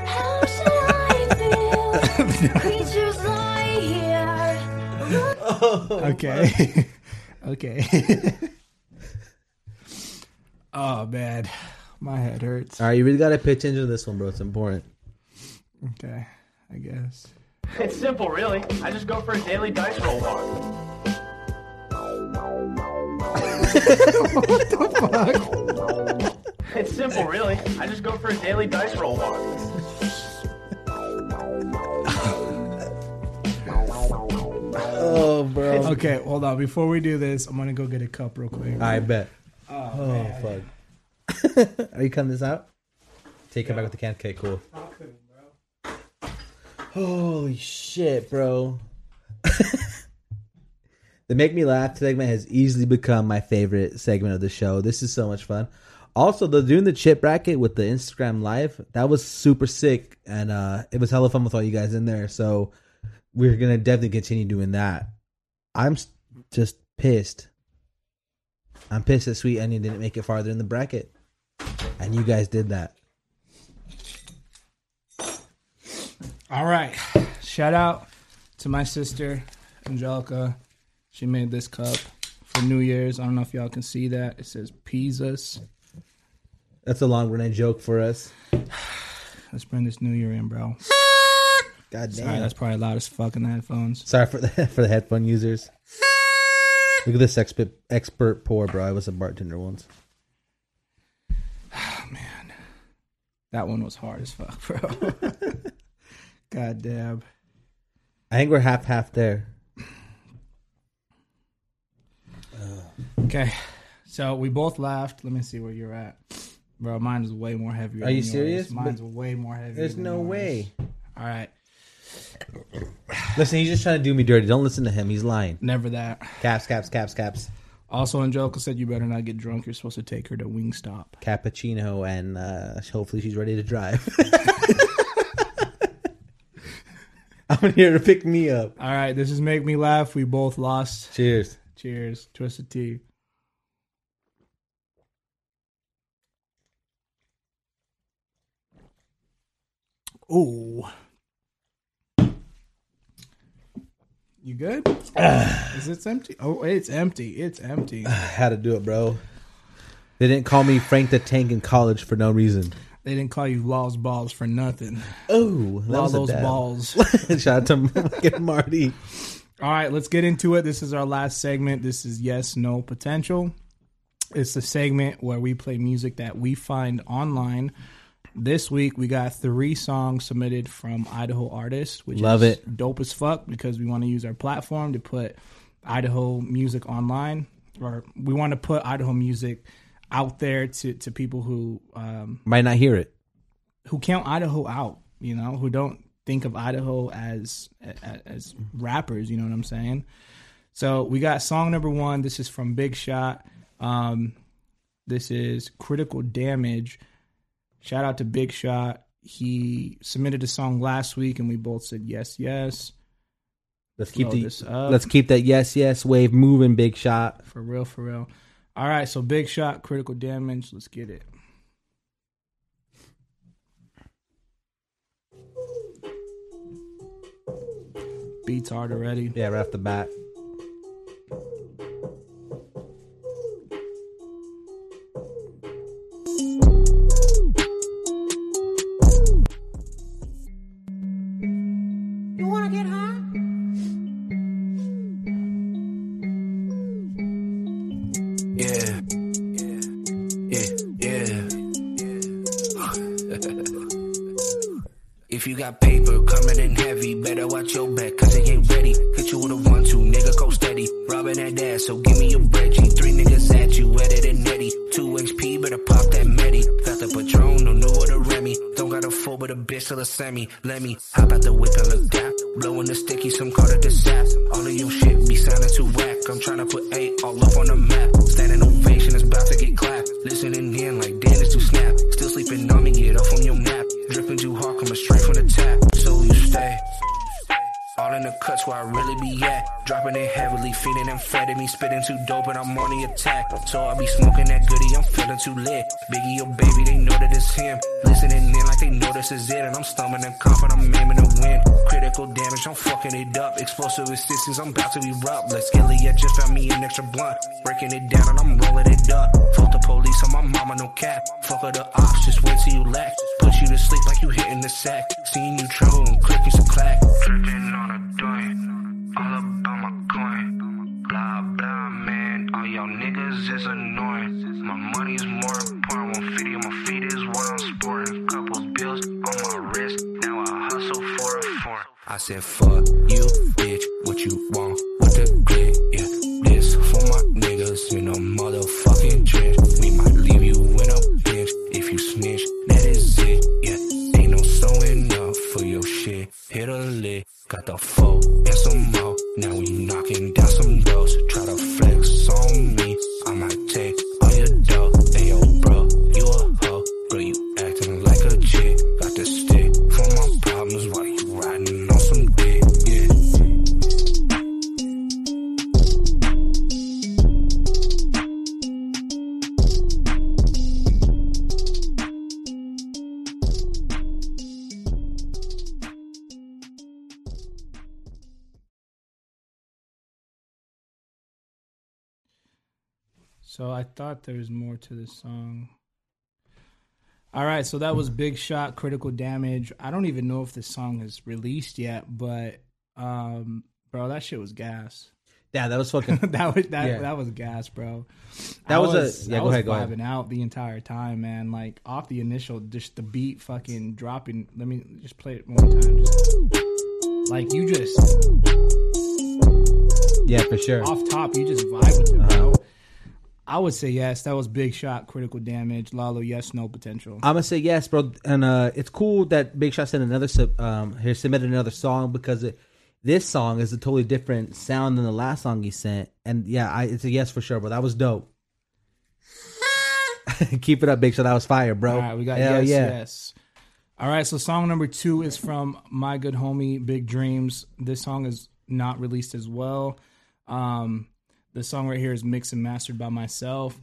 how shall I feel? Creatures lie here. Okay. okay. oh man, my head hurts. All right, you really got to pay attention to this one, bro. It's important. Okay, I guess. It's simple, really. I just go for a daily dice roll walk. It's simple, really. I just go for a daily dice roll walk. Oh, bro. Okay, hold on. Before we do this, I'm gonna go get a cup real quick. I bet. Oh, fuck. Are you cutting this out? Take it back with the can. Okay, cool. Holy shit, bro. the Make Me Laugh segment has easily become my favorite segment of the show. This is so much fun. Also, the doing the chip bracket with the Instagram live, that was super sick and uh it was hella fun with all you guys in there. So we're gonna definitely continue doing that. I'm s- just pissed I'm pissed that Sweet Onion didn't make it farther in the bracket. And you guys did that. All right. Shout out to my sister, Angelica. She made this cup for New Year's. I don't know if y'all can see that. It says Pizzas. That's a long running joke for us. Let's bring this New Year in, bro. God damn. All right, that's probably loud as fuck in the headphones. Sorry for the for the headphone users. Look at this expert expert pour, bro. I was a bartender once. That one was hard as fuck, bro. God damn. I think we're half half there. Okay. So we both laughed. Let me see where you're at. Bro, mine is way more heavy. Are you serious? Mine's But- way more heavy. There's than no yours. way. All right. Listen, he's just trying to do me dirty. Don't listen to him. He's lying. Never that. Caps, caps, caps, caps. Also, Angelica said you better not get drunk. You're supposed to take her to Wingstop. Cappuccino, and uh, hopefully she's ready to drive. I'm here to pick me up. All right, this is Make Me Laugh. We both lost. Cheers. Cheers. Twisted Tea. Ooh. You good? is it empty? Oh, it's empty. It's empty. how to do it, bro. They didn't call me Frank the Tank in college for no reason. They didn't call you Lost Balls for nothing. Oh, that All was those a dab. balls. Shout out to fucking Marty. All right, let's get into it. This is our last segment. This is Yes, No Potential. It's the segment where we play music that we find online. This week, we got three songs submitted from Idaho artists, which Love is it. dope as fuck because we want to use our platform to put Idaho music online, or we want to put Idaho music out there to, to people who um, Might not hear it. who count Idaho out, you know, who don't think of Idaho as as, as rappers, you know what I'm saying? So we got song number one. This is from Big Shot. Um, this is Critical Damage. Shout out to Big Shot. He submitted a song last week, and we both said yes, yes, Let's keep Slow the this up. let's keep that yes yes wave moving, big shot. for real, for real. All right, so Big Shot, Critical Damage. Let's get it. Beats hard already. Yeah, right off the bat. If you got paper coming in heavy, better watch your back, cause it ain't ready. Hit you with a one, two, nigga, go steady. Robbing that ass, so give me your Reggie. Three niggas at you, wetter than Netty. Two XP, better pop that Meddy. Got the Patron, don't know what a Remy. Don't got a full, but a bitch till a semi. Let me hop out the whip and look down. Blowing the sticky, some call it the sap. All of your shit be sounding too whack. I'm trying to put eight all up on the map. Standing ovation, it's about to get clapped. Listening in like Dan is too snap. Still sleeping on me, get up from your nap. Dripping too hard, coming straight from the tap. So you stay. All in the cuts where I really be at. Dropping it heavily, feeding them fed me. Spitting too dope and I'm on the attack. So I be smoking that goodie, I'm feeling too lit. Biggie, your baby, they know that it's him. Listening in like they know this is it. And I'm stumbling and coughing, I'm aiming to win. Critical damage, I'm fucking it up. Explosive assistance, I'm about to erupt. Like Skelly, I just found me an extra blunt. Breaking it down and I'm rolling it up. Fuck the police on my mama, no cap. Fuck her the ops, just wait till you lack. Put you to sleep like you hitting the sack. Seeing you trouble and clicking some clack. Tripping on a joint, all about my coin. Blah blah man, all y'all niggas is annoying. My money is more important. One feet on my feet is what I'm sporting. Couple bills on my wrist, now I hustle for a foreign. I said fuck you, bitch. What you want with the click? Yeah, this for my niggas in a motherfucking trench. We might leave you in a bitch if you snitch. That is it. Yeah, ain't no slowing up for your shit. Hit a lick, got the foe and some more. Now we knocking down some doors. Try to flex on me. I might take all your dough. Ayo, bro, you a hoe. Bro, you acting like a chick. Got the stick for my problems while you riding on some dick. Yeah. So I thought there was more to this song. All right, so that was Big Shot, Critical Damage. I don't even know if this song is released yet, but um, bro, that shit was gas. Yeah, that was fucking. that was that, Yeah. that was gas, bro. That I was a- yeah, I go was ahead, go ahead. vibing out the entire time, man. Like off the initial, just the beat, fucking dropping. Let me just play it one more time. Just, like you just yeah, for sure. off top, you just vibe with it, bro. Uh-huh. I would say yes. That was big shot, critical damage. Lalo, yes, no potential. I'm gonna say yes, bro. And uh, it's cool that Big Shot sent another sub, um here submitted another song because it, this song is a totally different sound than the last song he sent. And yeah, I, it's a yes for sure, bro. That was dope. Keep it up, Big Shot. That was fire, bro. All right, we got Hell yes, yeah. yes. All right, so song number two is from my good homie Big Dreams. This song is not released as well. Um, the song right here is mixed and mastered by myself.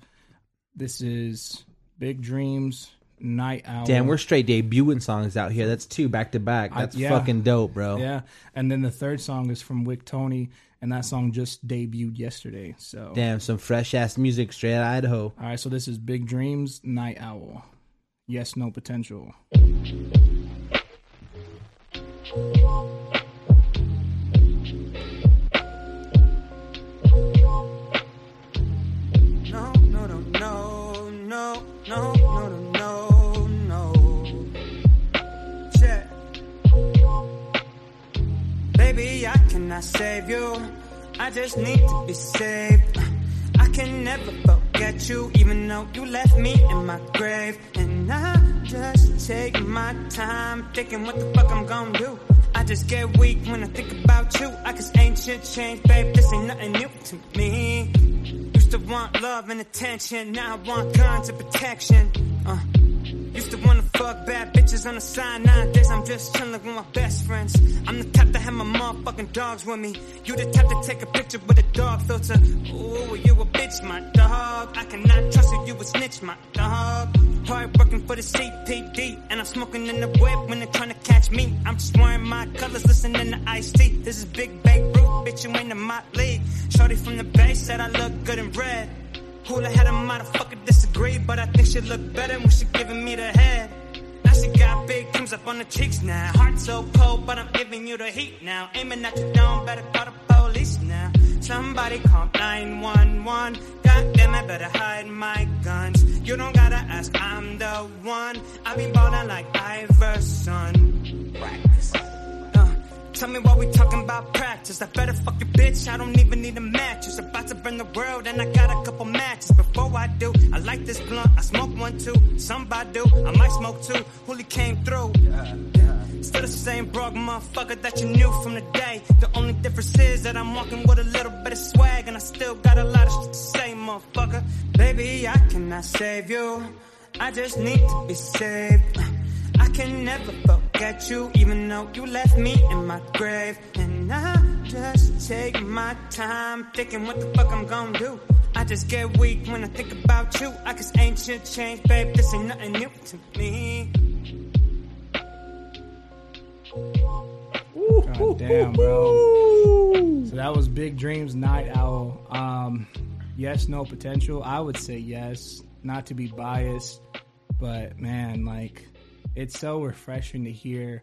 This is Big Dreams Night Owl. Damn, we're straight debuting songs out here. That's two back to back. I- That's yeah. fucking dope, bro. yeah. And then the third song is from Wick Tony, and that song just debuted yesterday. So Damn, some fresh ass music straight out of Idaho. All right, so this is Big Dreams, Night Owl. Yes, no potential. No, no, no, no, no, no, no, no, no, no. Check. Baby, I cannot save you. I just need to be saved. I can never forget you, even though you left me in my grave. And I just take my time thinking what the fuck I'm gonna do. I just get weak when I think about you. I cause ancient change, babe. This ain't nothing new to me. Used to want love and attention, now I want guns and protection. Uh. Used to wanna fuck bad bitches on the side. Nowadays I'm just chillin' with my best friends. I'm the type that have my motherfucking dogs with me. You the type to take a picture with a dog filter. Ooh, you a bitch, my dog. I cannot trust you, you a snitch, my dog. Hard working for the CPD, and I'm smoking in the whip when they're trying to catch me. I'm just wearing my colors, listening to Ice T. This is Big Bang Root, bitch, you ain't in my league. Shorty from the Bay said I look good in red. Hula had a motherfucker disagree, but I think she look better when she giving me the head. Now she got big dreams up on the cheeks now. Heart so cold, but I'm giving you the heat now. Aiming at your dome, better call the police now. Somebody call 911. God damn, I better hide my guns. You don't gotta ask, I'm the one. I be ballin' like Iverson. Right. Uh, Tell me what we talking about practice. I better fuck your bitch. I don't even need a mattress. About to burn the world, and I got a couple matches. Before I do, I like this blunt. I smoke one too. Somebody do. I might smoke two. Hooli came through. Still the same broke motherfucker that you knew from the day. The only difference is that I'm walking with a little bit of swag, and I still got a lot of shit to say, motherfucker. Baby, I cannot save you. I just need to be saved. I can never forget you, even though you left me in my grave. And I just take my time thinking what the fuck I'm gonna do. I just get weak when I think about you. I guess ain't shit changed, babe. This ain't nothing new to me. God damn, bro. So that was Big Dreams Night Owl. Um, yes, no potential. I would say yes, not to be biased, but man, like it's so refreshing to hear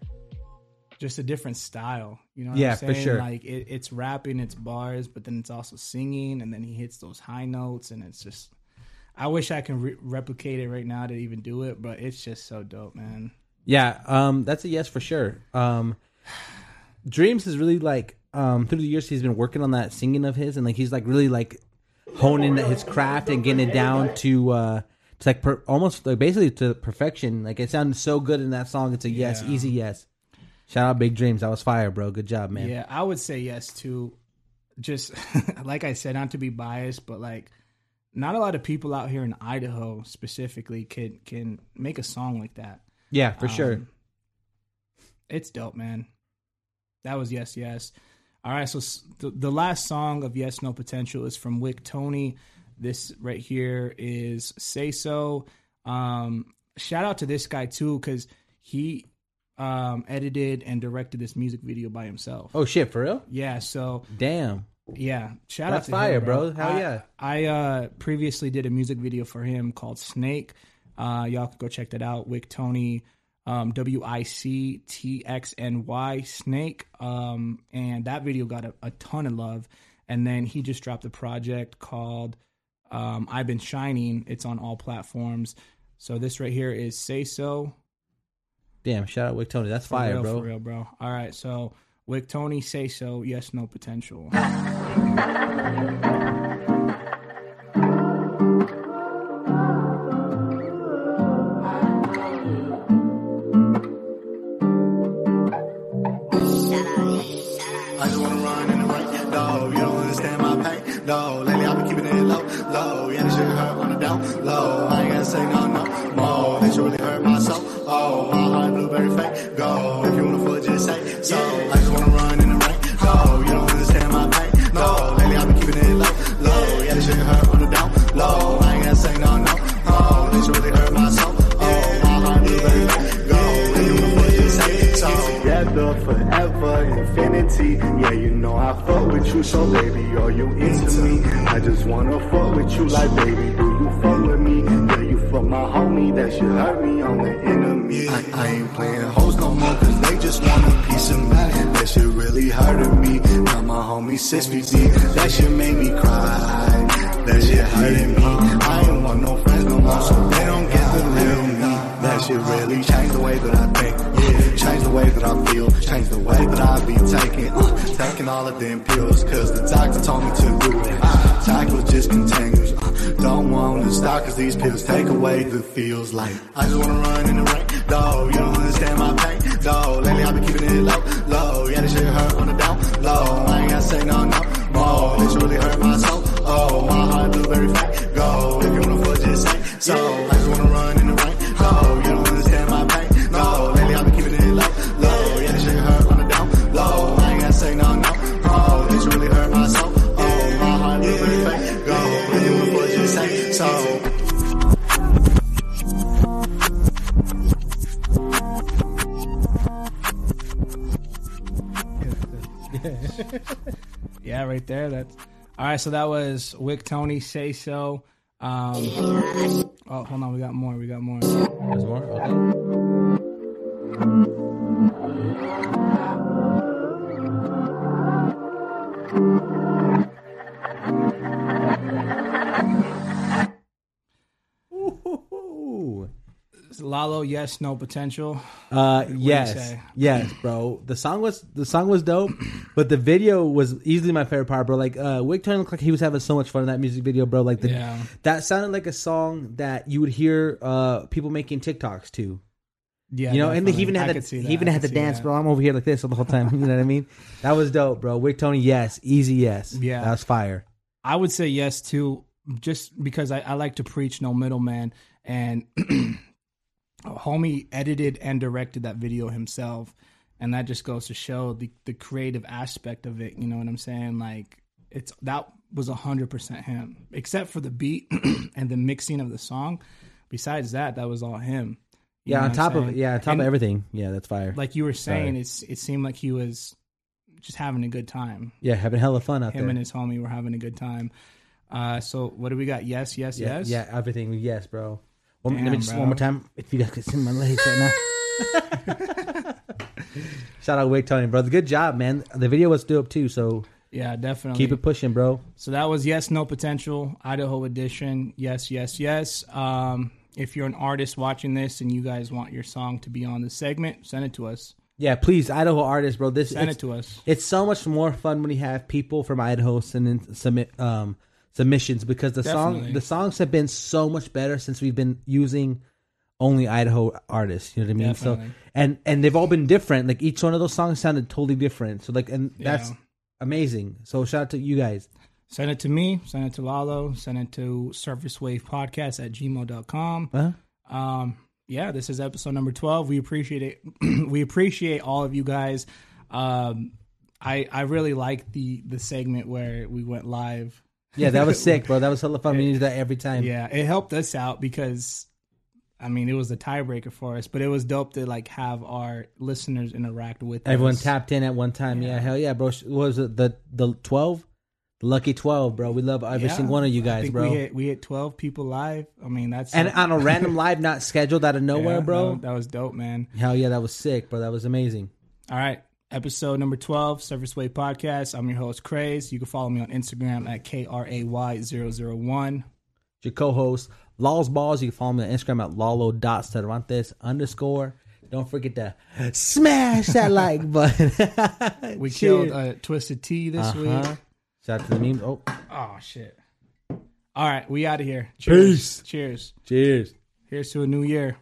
just a different style. You know what Yeah, I'm for saying? sure. Like it, it's rapping, it's bars, but then it's also singing, and then he hits those high notes, and it's just. I wish I can re- replicate it right now to even do it, but it's just so dope, man. Yeah, um, that's a yes for sure. Um, Dreams is really like um, through the years he's been working on that singing of his, and like he's like really like honing his craft and getting it down to uh, to like per- almost like basically to perfection. Like it sounded so good in that song. It's a yes, Yeah. easy yes. Shout out Big Dreams, that was fire, bro. Good job, man. Yeah, I would say yes to just like I said, not to be biased, but like not a lot of people out here in Idaho specifically can can make a song like that. Yeah, for sure. Um, It's dope, man. That was yes, yes. All right, so s- the, the last song of Yes No Potential is from Wick Tony. This right here is Say So. Um, shout out to this guy too because he um, edited and directed this music video by himself. Oh shit, for real? Yeah, so Damn. yeah, shout That's out to fire, him, bro. Hell I- yeah. I uh, previously did a music video for him called Snake. Uh, y'all can go check that out. Wick Tony, um, W I C T X N Y Snake, um, and that video got a, a ton of love. And then he just dropped a project called um, I've Been Shining. It's on all platforms. So this right here is Say So. Damn. Shout out Wick Tony. That's For fire, real, bro. For real, bro. All right, so Wick Tony, Say So. Yes, no potential. I just wanna run and break that dog. You don't understand my pain, dog. Lately I've been keeping it low, low. Yeah, this shit hurt on the down, low. I ain't gotta say no, no more. This shit really hurt my soul. Oh, my heart blueberry fake, go. If you wanna foot, just say so. I just wanna run in the rain, dog. You don't understand my pain, no. Lately I've been keeping it low, low. Yeah, this shit hurt on the down, low. I ain't gotta say no, no more. This shit really hurt my soul. Oh, my heart blueberry fake, go. If you wanna foot, just say so together forever, infinity. Yeah, you know I fuck with you, so baby, are you into me? I just wanna fuck with you, like baby, do you fuck with me? Yeah, you fuck my homie, that shit hurt me on the enemy. I, I ain't playing hoes no more, cause they just want a piece of me. That shit really hurted me. Now my homie six feet deep, that shit made me cry. That shit hurted me. I ain't want no friends no more, so they don't get the real me. That shit really changed the way that I think. Yeah, changed the way that I feel. Changed the way that I be taking, uh, taking all of them pills. Cause the doctor told me to do it. Uh, doctor just continues. Uh, don't want to stop cause these pills take away the feels like. I just wanna run in the rain, dog. You don't understand my pain, dog. Lately I've been keeping it low, low. Yeah, this shit hurt on the down, low. I ain't gotta say no, no more. This really hurt my soul. Oh, my heart blueberry fat, go. If you wanna fuck, just say so. I just wanna run in the rain. No, you don't understand my pain. No, lately I've been keeping it low, low. Yeah, this shit hurt on the down, low. I ain't gotta say no, no. Oh, this really hurt my soul. Oh, my heart yeah. really fake. Go, and you before you say so. Yeah, right there. That's all right. So that was Wick Tony say so. Um, oh, hold on, we got more. We got more. There's more? Okay. Lalo, yes, no potential. Uh, What do you yes, say? yes, bro. The song was the song was dope, but the video was easily my favorite part, bro. Like, uh, Wick Turner looked like he was having so much fun in that music video, bro. Like, the, Yeah. that sounded like a song that you would hear uh people making TikToks to. Yeah, you know, and definitely. he even I had could the see he that. even I had the could see dance, that. bro. I'm over here like this the whole time. You know what I mean? That was dope, bro. Wick Tony, yes, easy, yes, Yeah. that was fire. I would say yes too, just because I, I like to preach no middleman. And homie edited and directed that video himself, and that just goes to show the the creative aspect of it. You know what I'm saying? Like it's that was hundred percent him, except for the beat and the mixing of the song. Besides that, that was all him. You Yeah, know on what I'm top of saying? yeah, on top And- of everything, yeah, that's fire. like you were saying, Sorry. it's it seemed like he was just having a good time. yeah, having hella fun out Him there. and his homie were having a good time. Uh, so what do we got? Yes, yes, yeah, yes. yeah, everything, yes, bro. One, let Damn, me just bro. one more time. If you guys could see my legs right now. Shout out Wick Tony, brother. Good job, man. The video was dope too, so yeah, definitely. keep it pushing, bro. So that was yes, no potential, Idaho edition. Yes, yes, yes. Um, if you're an artist watching this and you guys want your song to be on the segment, send it to us. Yeah, please, Idaho artists, bro. This Send it's- it to us. It's so much more fun when you have people from Idaho sending submit um, submissions because the Definitely. song the songs have been so much better since we've been using only Idaho artists. You know what I mean? Definitely. So and and they've all been different. Like each one of those songs sounded totally different. So like and that's Yeah. amazing. So shout out to you guys. Send it to me, send it to Lalo, send it to Surface Wave Podcast at gmail.com. Huh? um yeah this is episode number 12 we appreciate it we appreciate all of you guys um i i really like the the segment where we went live Yeah, that was sick, bro. That was hella fun. We need that every time. yeah it helped us out because i mean it was the tiebreaker for us but it was dope to like have our listeners interact with Everyone us. tapped in at one time. Yeah, hell yeah, bro. What was it the the twelve? Lucky twelve, bro. We love every Yeah. single one of you I guys, think bro. we hit we hit 12 people live i mean that's and on a random live not scheduled out of Yeah, nowhere, bro. that- that was dope man Hell yeah, that was sick, bro. That was amazing. All right. Episode number 12, Surface Wave Podcast. I'm your host, Craze. You can follow me on Instagram at KRAY001. Your co-host, Law's Balls. You can follow me on Instagram at lalo.cervantes underscore. Don't forget to smash that like button. We Cheers. killed uh, Twisted T this Uh-huh. week. Shout out to the meme. Oh, Oh, shit. All right. We out of here. Cheers. Cheers. cheers. Here's to a new year.